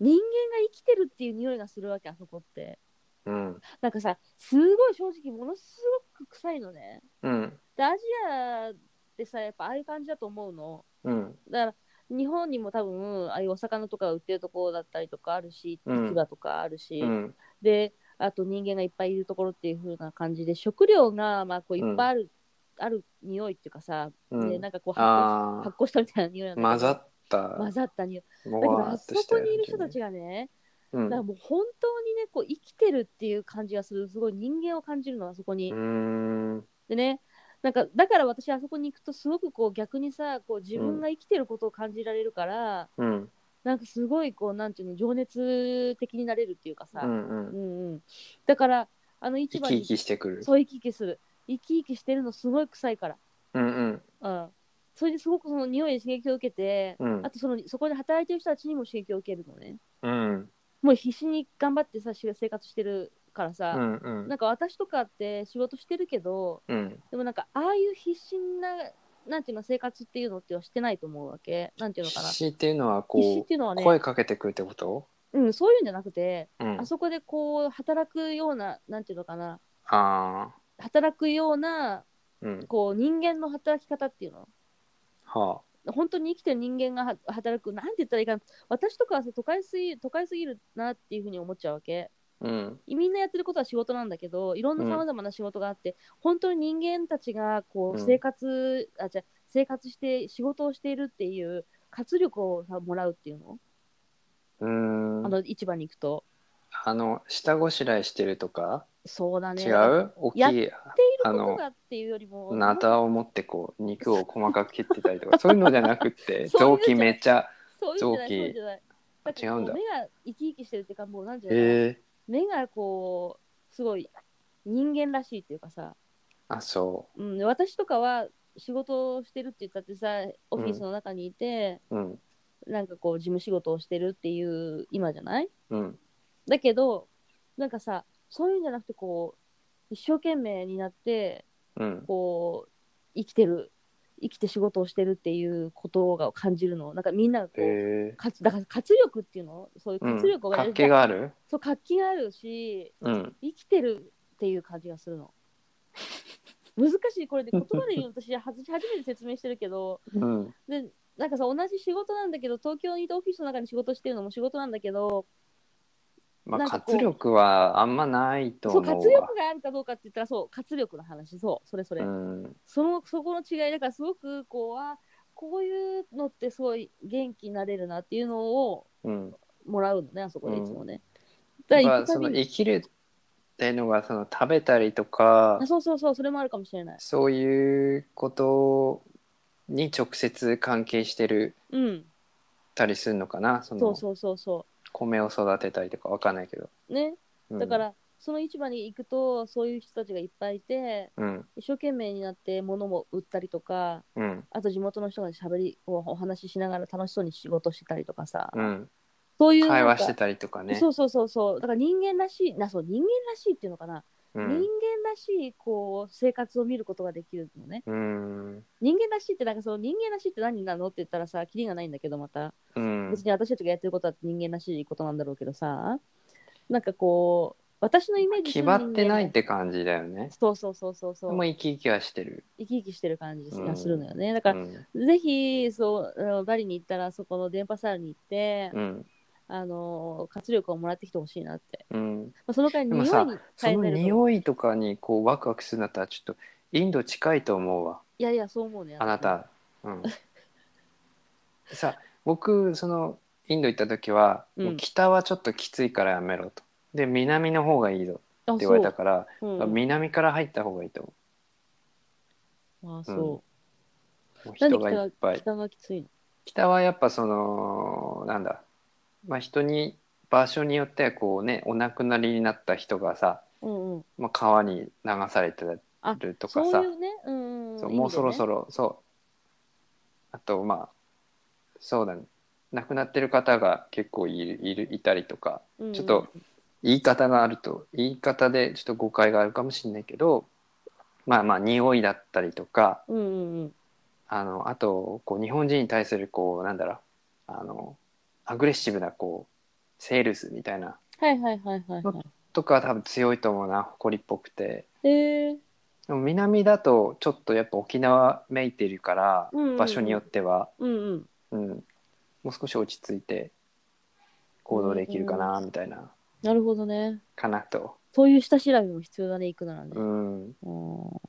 S1: 人間が生きてるっていう匂いがするわけ、あそこって。
S2: うん
S1: なんかさ、すごい正直、ものすごく臭いのね。
S2: うん
S1: で、アジアってさ、やっぱああいう感じだと思うの。
S2: うん
S1: だから、日本にも多分、ああいうお魚とか売ってるところだったりとかあるし、
S2: うん
S1: 市場とかあるし、
S2: うん
S1: で、あと人間がいっぱいいるところっていう風な感じで、食料が、まあ、こういっぱいある、ある匂いっていうかさ、
S2: うん
S1: でなんかこう発酵し
S2: あ
S1: 発酵したみたいな匂いなんだ
S2: ー
S1: けど
S2: 混ざった
S1: 混ざった匂い。だけ
S2: も
S1: ど、
S2: わー
S1: あ
S2: っ
S1: そ
S2: とした
S1: こ
S2: よう
S1: に
S2: ない
S1: る人たちがね、
S2: う
S1: だから
S2: ん
S1: もう本当にねこう生きてるっていう感じがするすごい人間を感じるのあそこに、
S2: うーん
S1: でねなんかだから私あそこに行くとすごくこう逆にさこう自分が生きてることを感じられるから、
S2: うん
S1: なんかすごいこうなんていうの情熱的になれるっていうかさ、
S2: う
S1: うん
S2: んうん
S1: うんだからあの市
S2: 生
S1: 場
S2: き
S1: に
S2: 生きしてくる
S1: そう生き生きする生き生きしてるのすごい臭いから、
S2: うんうん
S1: うん、それですごくその匂いに刺激を受けて、
S2: うん
S1: あとそのそこで働いてる人たちにも刺激を受けるのね
S2: うん
S1: もう必死に頑張ってさし生活してるからさ、
S2: うんうん
S1: なんか私とかって仕事してるけど
S2: うん
S1: でもなんかああいう必死ななんていうの生活っていうのってはしてないと思うわけなんていうのかな
S2: 必死っていうのは
S1: 必死っ
S2: こ
S1: ていうのは
S2: う
S1: ね
S2: 声かけてくるってこと
S1: うん、そういうんじゃなくて、
S2: うん
S1: あそこでこう働くようななんていうのかな
S2: ああ
S1: 働くような
S2: うん
S1: こう人間の働き方っていうの
S2: は
S1: 本当に生きてる人間がは働くなんて言ったらいいかな私とかはさ都会すぎ都会すぎるなっていうふうに思っちゃうわけ
S2: あうん
S1: みんなやってることは仕事なんだけどいろんなさまざまな仕事があって、本当に人間たちがこう
S2: うん
S1: 生活、あじゃあ生活して仕事をしているっていう活力をさもらうっていうの、
S2: うーん
S1: あの市場に行くと
S2: あの下ごしらえしてるとか
S1: そうだね
S2: 違
S1: やっ
S2: う大き
S1: やっ
S2: い
S1: てい
S2: あ
S1: ること
S2: の
S1: がっていうよりも
S2: なたを持ってこう肉を細かく切ってたりとかそういうのじゃなくて
S1: そういうの
S2: 臓
S1: じ
S2: 器
S1: ゃない
S2: めっちゃ
S1: そういうんじゃない
S2: 臓器
S1: そういうんじゃないだって
S2: 違うんだ
S1: こ目が生き生きしてるっていうかもうなんていうのかな
S2: ええ
S1: 目がこうすごい人間らしいっていうかさ、
S2: あそ
S1: うん、私とかは仕事をしてるって言ったってさオフィスの中にいて、
S2: ううん
S1: なんかこう事務仕事をしてるっていう今じゃない
S2: うん
S1: だけどなんかさそういうんじゃなくてこう一生懸命になって
S2: うん
S1: こう生きてる生きて仕事をしてるっていうことが感じるのなんかみんながこう、
S2: ええ
S1: 活だから活力っていうのそういう
S2: うん
S1: 活力を
S2: 活気がある
S1: そう活気があるし
S2: うん
S1: 生きてるっていう感じがするの。 難しいこれで言葉で言うと私初初めて説明してるけど
S2: うん
S1: でなんかさ同じ仕事なんだけど東京にいてオフィスの中に仕事してるのも仕事なんだけど
S2: ま
S1: な
S2: あ
S1: んかこう
S2: 活力はあんまないと
S1: そう
S2: 思う
S1: 活
S2: わ
S1: 力があるかどうかって言ったらそう活力の話そうそれそれ、
S2: うん
S1: そのそこの違いだからすごくこうあこういうのってすごい元気になれるなっていうのを
S2: うん
S1: もらうのねあそこでいつもね。
S2: だ
S1: だ
S2: か
S1: から
S2: ら
S1: 行くた
S2: そ
S1: び
S2: の
S1: に
S2: 生きるっていうのがその食べたりとか
S1: あそうそうそうそれもあるかもしれない。
S2: そういうことに直接関係してる
S1: うん
S2: たりするのかなその
S1: そうそうそうそ
S2: 米を育てたりとかわかんないけど、
S1: うね
S2: うん
S1: だから、その市場に行くとそういう人たちがいっぱいいて
S2: うん
S1: 一生懸命になって物も売ったりとか
S2: うん
S1: あと地元の人がしゃべりおお話ししながら楽しそうに仕事してたりとかさ、
S2: うん
S1: そういう
S2: 会
S1: なん
S2: 話
S1: か
S2: してたりとかね
S1: そうそうそうそうだから人間らしいなそう人間らしいっていうのかな、
S2: う
S1: 人間
S2: ん
S1: らしいこう生活を見ることができるのね
S2: うん
S1: 人間らしいってなんかその人間らしいって何なのって言ったらさキリがないんだけどまた
S2: うん
S1: 別に私たちがやってることは人間らしいことなんだろうけどさなんかこう私のイメージす
S2: 気
S1: る
S2: 張ってない
S1: 人
S2: っ
S1: 間
S2: て感じだよね
S1: そうそうそうそうそ
S2: で
S1: う
S2: も生き生きはしてる、
S1: 生き生きしてる感じ
S2: う
S1: が
S2: ん
S1: するのよね、だ
S2: う
S1: から、
S2: ん
S1: ぜひそうあのバリに行ったらそこの電波サールに行って、
S2: うん
S1: あの活力をもらってきてほしいなって、
S2: うん、
S1: まあ、その代わり
S2: でも
S1: 匂
S2: さ
S1: いに
S2: そ
S1: 変え
S2: の
S1: てると
S2: 匂いとかにこうワクワクするんだったらちょっとインド近いと思うわ
S1: いやいやそう思うね
S2: あなた、うん、さ僕そのインド行った時は、
S1: うん
S2: もう北はちょっときついからやめろとで南の方がいいぞ
S1: っ
S2: って言われたから、
S1: そう,、うん
S2: 南から入った方がいいと思
S1: あそう
S2: もう
S1: う
S2: 人
S1: なんで
S2: が
S1: 北
S2: いっぱ
S1: が
S2: い
S1: 北がきついの
S2: 北はやっぱそのなんだ、まあ、人に場所によってはこうねお亡くなりになった人がさ、
S1: うんうん
S2: まあ、川に流されてるとか
S1: そ
S2: さ
S1: ういうねうんうん
S2: そうもうそろそ
S1: ろ
S2: ろそうあとまあそうだね亡くなってる方が結構いるいるいたりとかちょっと言い方があると言い方でちょっと誤解があるかもしれないけどまあまあ匂いだったりとか
S1: うんうんうん
S2: あのあとこう日本人に対するこうなんだろうあのアグレッシブなこうセールスみたいな
S1: はいはいはいはいは
S2: とかは多分強いと思うな誇りっぽくて
S1: いえー、
S2: でも南だとちょっとやっぱ沖縄めいてるから、
S1: うんうんうん
S2: 場所によっては。
S1: うんうん
S2: うん、もう少し落ち着いて行動できるかなみたいな、
S1: なるほどね
S2: かなと、
S1: そういう下調べも必要だね行くならね、
S2: うんう
S1: う
S2: ん
S1: ん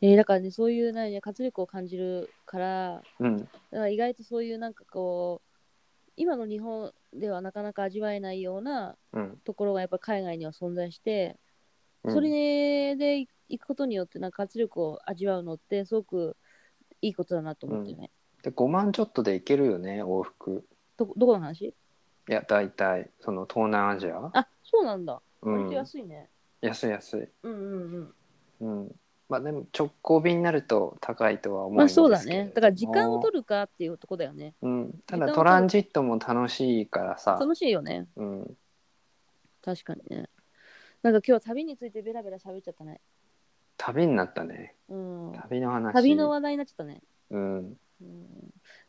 S1: えーだからねそういうなんや活力を感じるから
S2: うん
S1: だから意外とそういうなんかこう今の日本ではなかなか味わえないような
S2: うん、
S1: ところがやっぱ海外には存在してそれで行くことによってなんか活力を味わうのってすごくいいことだなと思ってね、
S2: で5万ちょっとでいけるよね往復
S1: どどこの話
S2: いや大体その東南アジア、
S1: あそうなんだ
S2: う
S1: 割
S2: ん
S1: と、安いね、
S2: 安い安い、
S1: うん、うんうん
S2: うん、まあでも直行便になると高いとは思うん
S1: まあ
S2: ですけ
S1: そ
S2: れ
S1: うだ
S2: ど
S1: ねだから時間を
S2: る、
S1: 取るかっていうとこだよね
S2: うん、た
S1: 時間を取
S2: だ
S1: る
S2: トランジットも楽しいからさ、
S1: 楽しいよね
S2: うん、
S1: 確かにねなんか今日は旅についてベラベラ喋っちゃったね
S2: 旅になったね
S1: うん
S2: 旅の話
S1: 旅の話題になっちゃったね。
S2: うん
S1: うん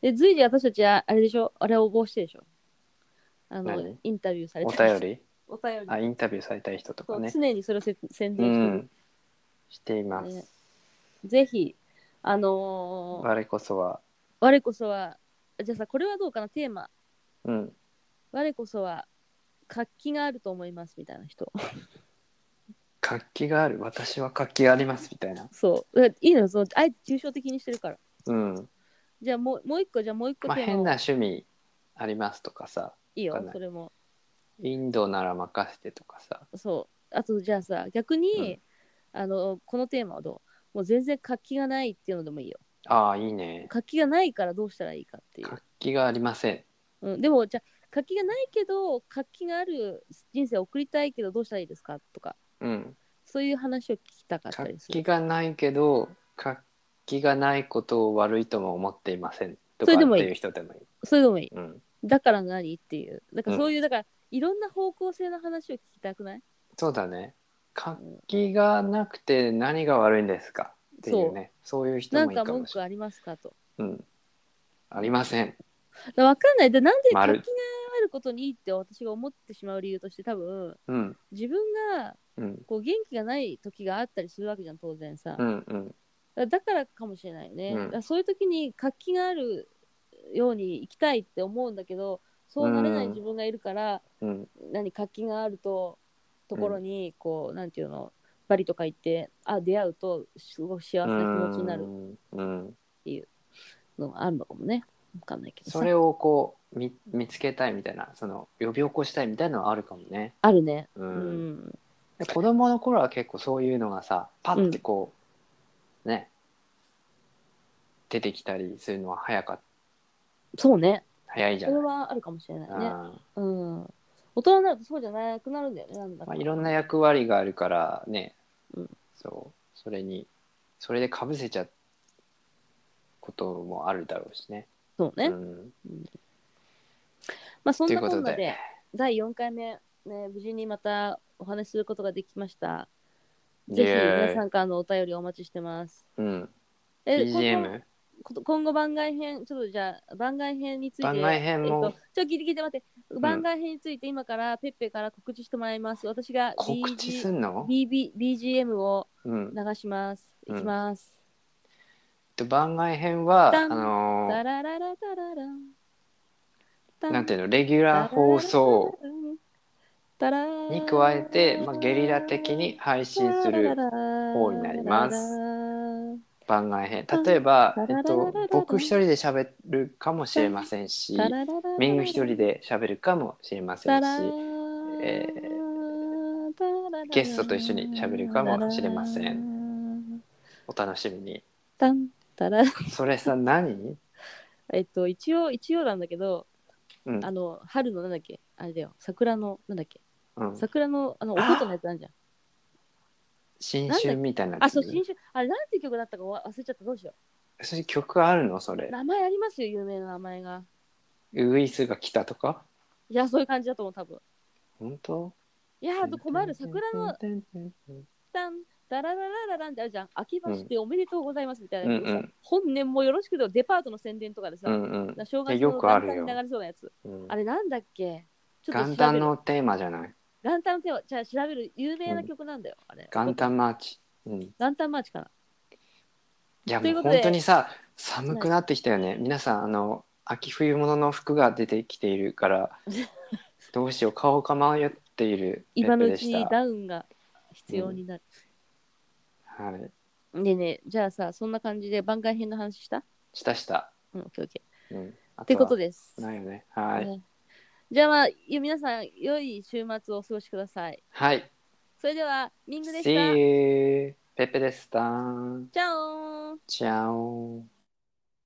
S1: で、随時私たちは、あれでしょあれを応募してでしょあの
S2: 何
S1: インタビューされ
S2: お
S1: たり
S2: 便り
S1: お便り
S2: あインタビューされたい人と
S1: そ
S2: か
S1: う、
S2: ね
S1: 常にそれをせ宣
S2: う
S1: 伝してる
S2: ん、しています、
S1: ねぜひあのー
S2: 我こそは
S1: 我こそはじゃあさこれはどうかなテーマ
S2: うん
S1: 我こそは活気があると思いますみたいな人
S2: 活気がある私は活気がありますみたいな
S1: そうだからいいのよそのあえて抽象的にしてるから
S2: うん
S1: じゃあもうもう一個じゃあもう一個
S2: まあ
S1: テー
S2: 変な
S1: マを
S2: 趣味ありますとかさ
S1: いい
S2: わ
S1: よ
S2: かんない
S1: それも
S2: インドなら任せてとかさ
S1: そうあとじゃあさ逆に、あのこのテーマはどうもう全然活気がないっていうのでもいいよ
S2: ああいいね
S1: 活気がないからどうしたらいいかっていう
S2: 活気がありません
S1: うん、でもじゃあ活気がないけど活気がある人生を送りたいけどどうしたらいいですかとか
S2: うん
S1: そういう話を聞きたかった
S2: 活
S1: りす
S2: 気
S1: る
S2: がないけど活気がないことを悪いとも思っていません
S1: そ
S2: とか
S1: れ
S2: って
S1: でもいい
S2: いう人でもいい
S1: それでもいい
S2: うん、
S1: だから何っていうだから
S2: うん
S1: そういう、だからいろんな方向性の話を聞きたくない
S2: そうだね活気がなくて何が悪いんですかっていうねそういう人
S1: な
S2: も
S1: ん
S2: いい
S1: か
S2: か
S1: 文
S2: もし
S1: 句
S2: れない
S1: ありますかと
S2: うん、ありません
S1: だからわかんないでなんで活気があ
S2: 丸
S1: ることにいいって私が思ってしまう理由として多分
S2: うん
S1: 自分が
S2: うん
S1: こう元気がない時があったりするわけじゃん当然さ、
S2: うんうん
S1: だだからかもしれないね、
S2: うん
S1: だからそういう時に活気があるように生きたいって思うんだけどそうなれない自分がいるから、
S2: うん
S1: 何活気があるとところにこう、なんていうのバリとか行ってあ出会うとすごく幸せな気持ちになる
S2: うんうん
S1: のがあるのかもねわかんないけどさ
S2: それをこう見見つけたいみたいなその呼び起こしたいみたいなのはあるかもね、
S1: あるね
S2: う
S1: うんん、
S2: で子供の頃は結構そういうのがさパッてこう、ね出てきたりするのは早かっ
S1: そうね
S2: 早いじ
S1: そ
S2: ゃな
S1: れ
S2: い、
S1: はあるかもしれな
S2: う
S1: い
S2: ん
S1: ねうん大人になるとそうじゃなくなるんだよねなんだか
S2: まあ、いろんな役割があるからね、
S1: うん
S2: そうそれにそれでかぶせちゃうこともあるだろうしね。
S1: そうね、
S2: うん、
S1: まあそん
S2: とい
S1: な
S2: うこ
S1: ことんな
S2: で
S1: で第4回目、ね、無事にまたお話しすることができました。ぜひ
S2: イエーイ
S1: 皆さんからのお便りをお待ちしてます。
S2: うん、
S1: え今後
S2: BGM
S1: こと今後番外編、ちょっとじゃあ番外編について。
S2: 番外編も
S1: えっと、ちょ、聞いて聞いて待って。番外編について今からペッペから告知してもらいます。私が BG
S2: 告知すんの、
S1: BB BGM を
S2: うん、
S1: 流します。い
S2: うん
S1: きます。
S2: で番外編は
S1: ダ
S2: あ
S1: ン
S2: の
S1: ダラララダララン。
S2: ーなんていう
S1: の
S2: のレギュラー放送。
S1: ダラー
S2: に加えて、まあ、ゲリラ的に配信する
S1: 方
S2: になります。番外編例えば、えっと、僕一人で喋るかもしれませんしミング一人で喋るかもしれませんしえゲストと一緒に喋るかもしれませ
S1: ん。
S2: お楽しみに
S1: たんたら
S2: それさ何、
S1: えっと一応一応なんだけど、
S2: うん
S1: あの春のなんだっけあれだよ桜のなんだっけ
S2: うん、
S1: 桜のあのおことのやつなんじゃん。
S2: 新春みたいな
S1: あそう新種あれなんていう曲だったかわ忘れちゃったどうしよ。
S2: それ曲あるのそうれ
S1: 名前ありますよ有名な名前が。
S2: ウグイスが来たとか
S1: いやそういう感じだと思う多分。
S2: 本当
S1: いやあと困る桜の
S2: う
S1: たんダララララランってあるじゃん。秋葉しておめでとうございますみたいなやつでさ、
S2: うんうん
S1: 本年もよろしくでデパートの宣伝とかでさ、
S2: んうん
S1: な正
S2: い
S1: 月
S2: やよ
S1: の
S2: くあ
S1: 元旦
S2: るよ
S1: に流れそうなやつ。
S2: うん
S1: あれなんだっけちょっと
S2: 元
S1: 調べ
S2: 旦
S1: る。
S2: のテーマじゃない
S1: 元旦の手はじゃあ調べる有名な曲なんだよ、あれ。
S2: 元旦マーチ、うん、い
S1: 元旦マーチかな。
S2: や
S1: と
S2: も
S1: いううことで
S2: 本当にさ寒くなってきたよね皆さんあの秋冬物の服が出てきているから どうしよう顔かまよっているペ
S1: 今
S2: ッ
S1: の
S2: ペ
S1: う
S2: で
S1: ち
S2: し
S1: に
S2: た
S1: ダウンが必要になる。
S2: はい
S1: でね、じゃあさ、そんな感じで番外編の話した
S2: したした
S1: うん、オッケーオッケ
S2: うん
S1: ー。
S2: っ
S1: ってことです。
S2: ないよねはい、
S1: ねじゃあまあ、いや皆さん、良い週末をお過ごしください。
S2: はい
S1: それでは、ミングでした。
S2: See you ペッペでした
S1: チャオーン
S2: チャオ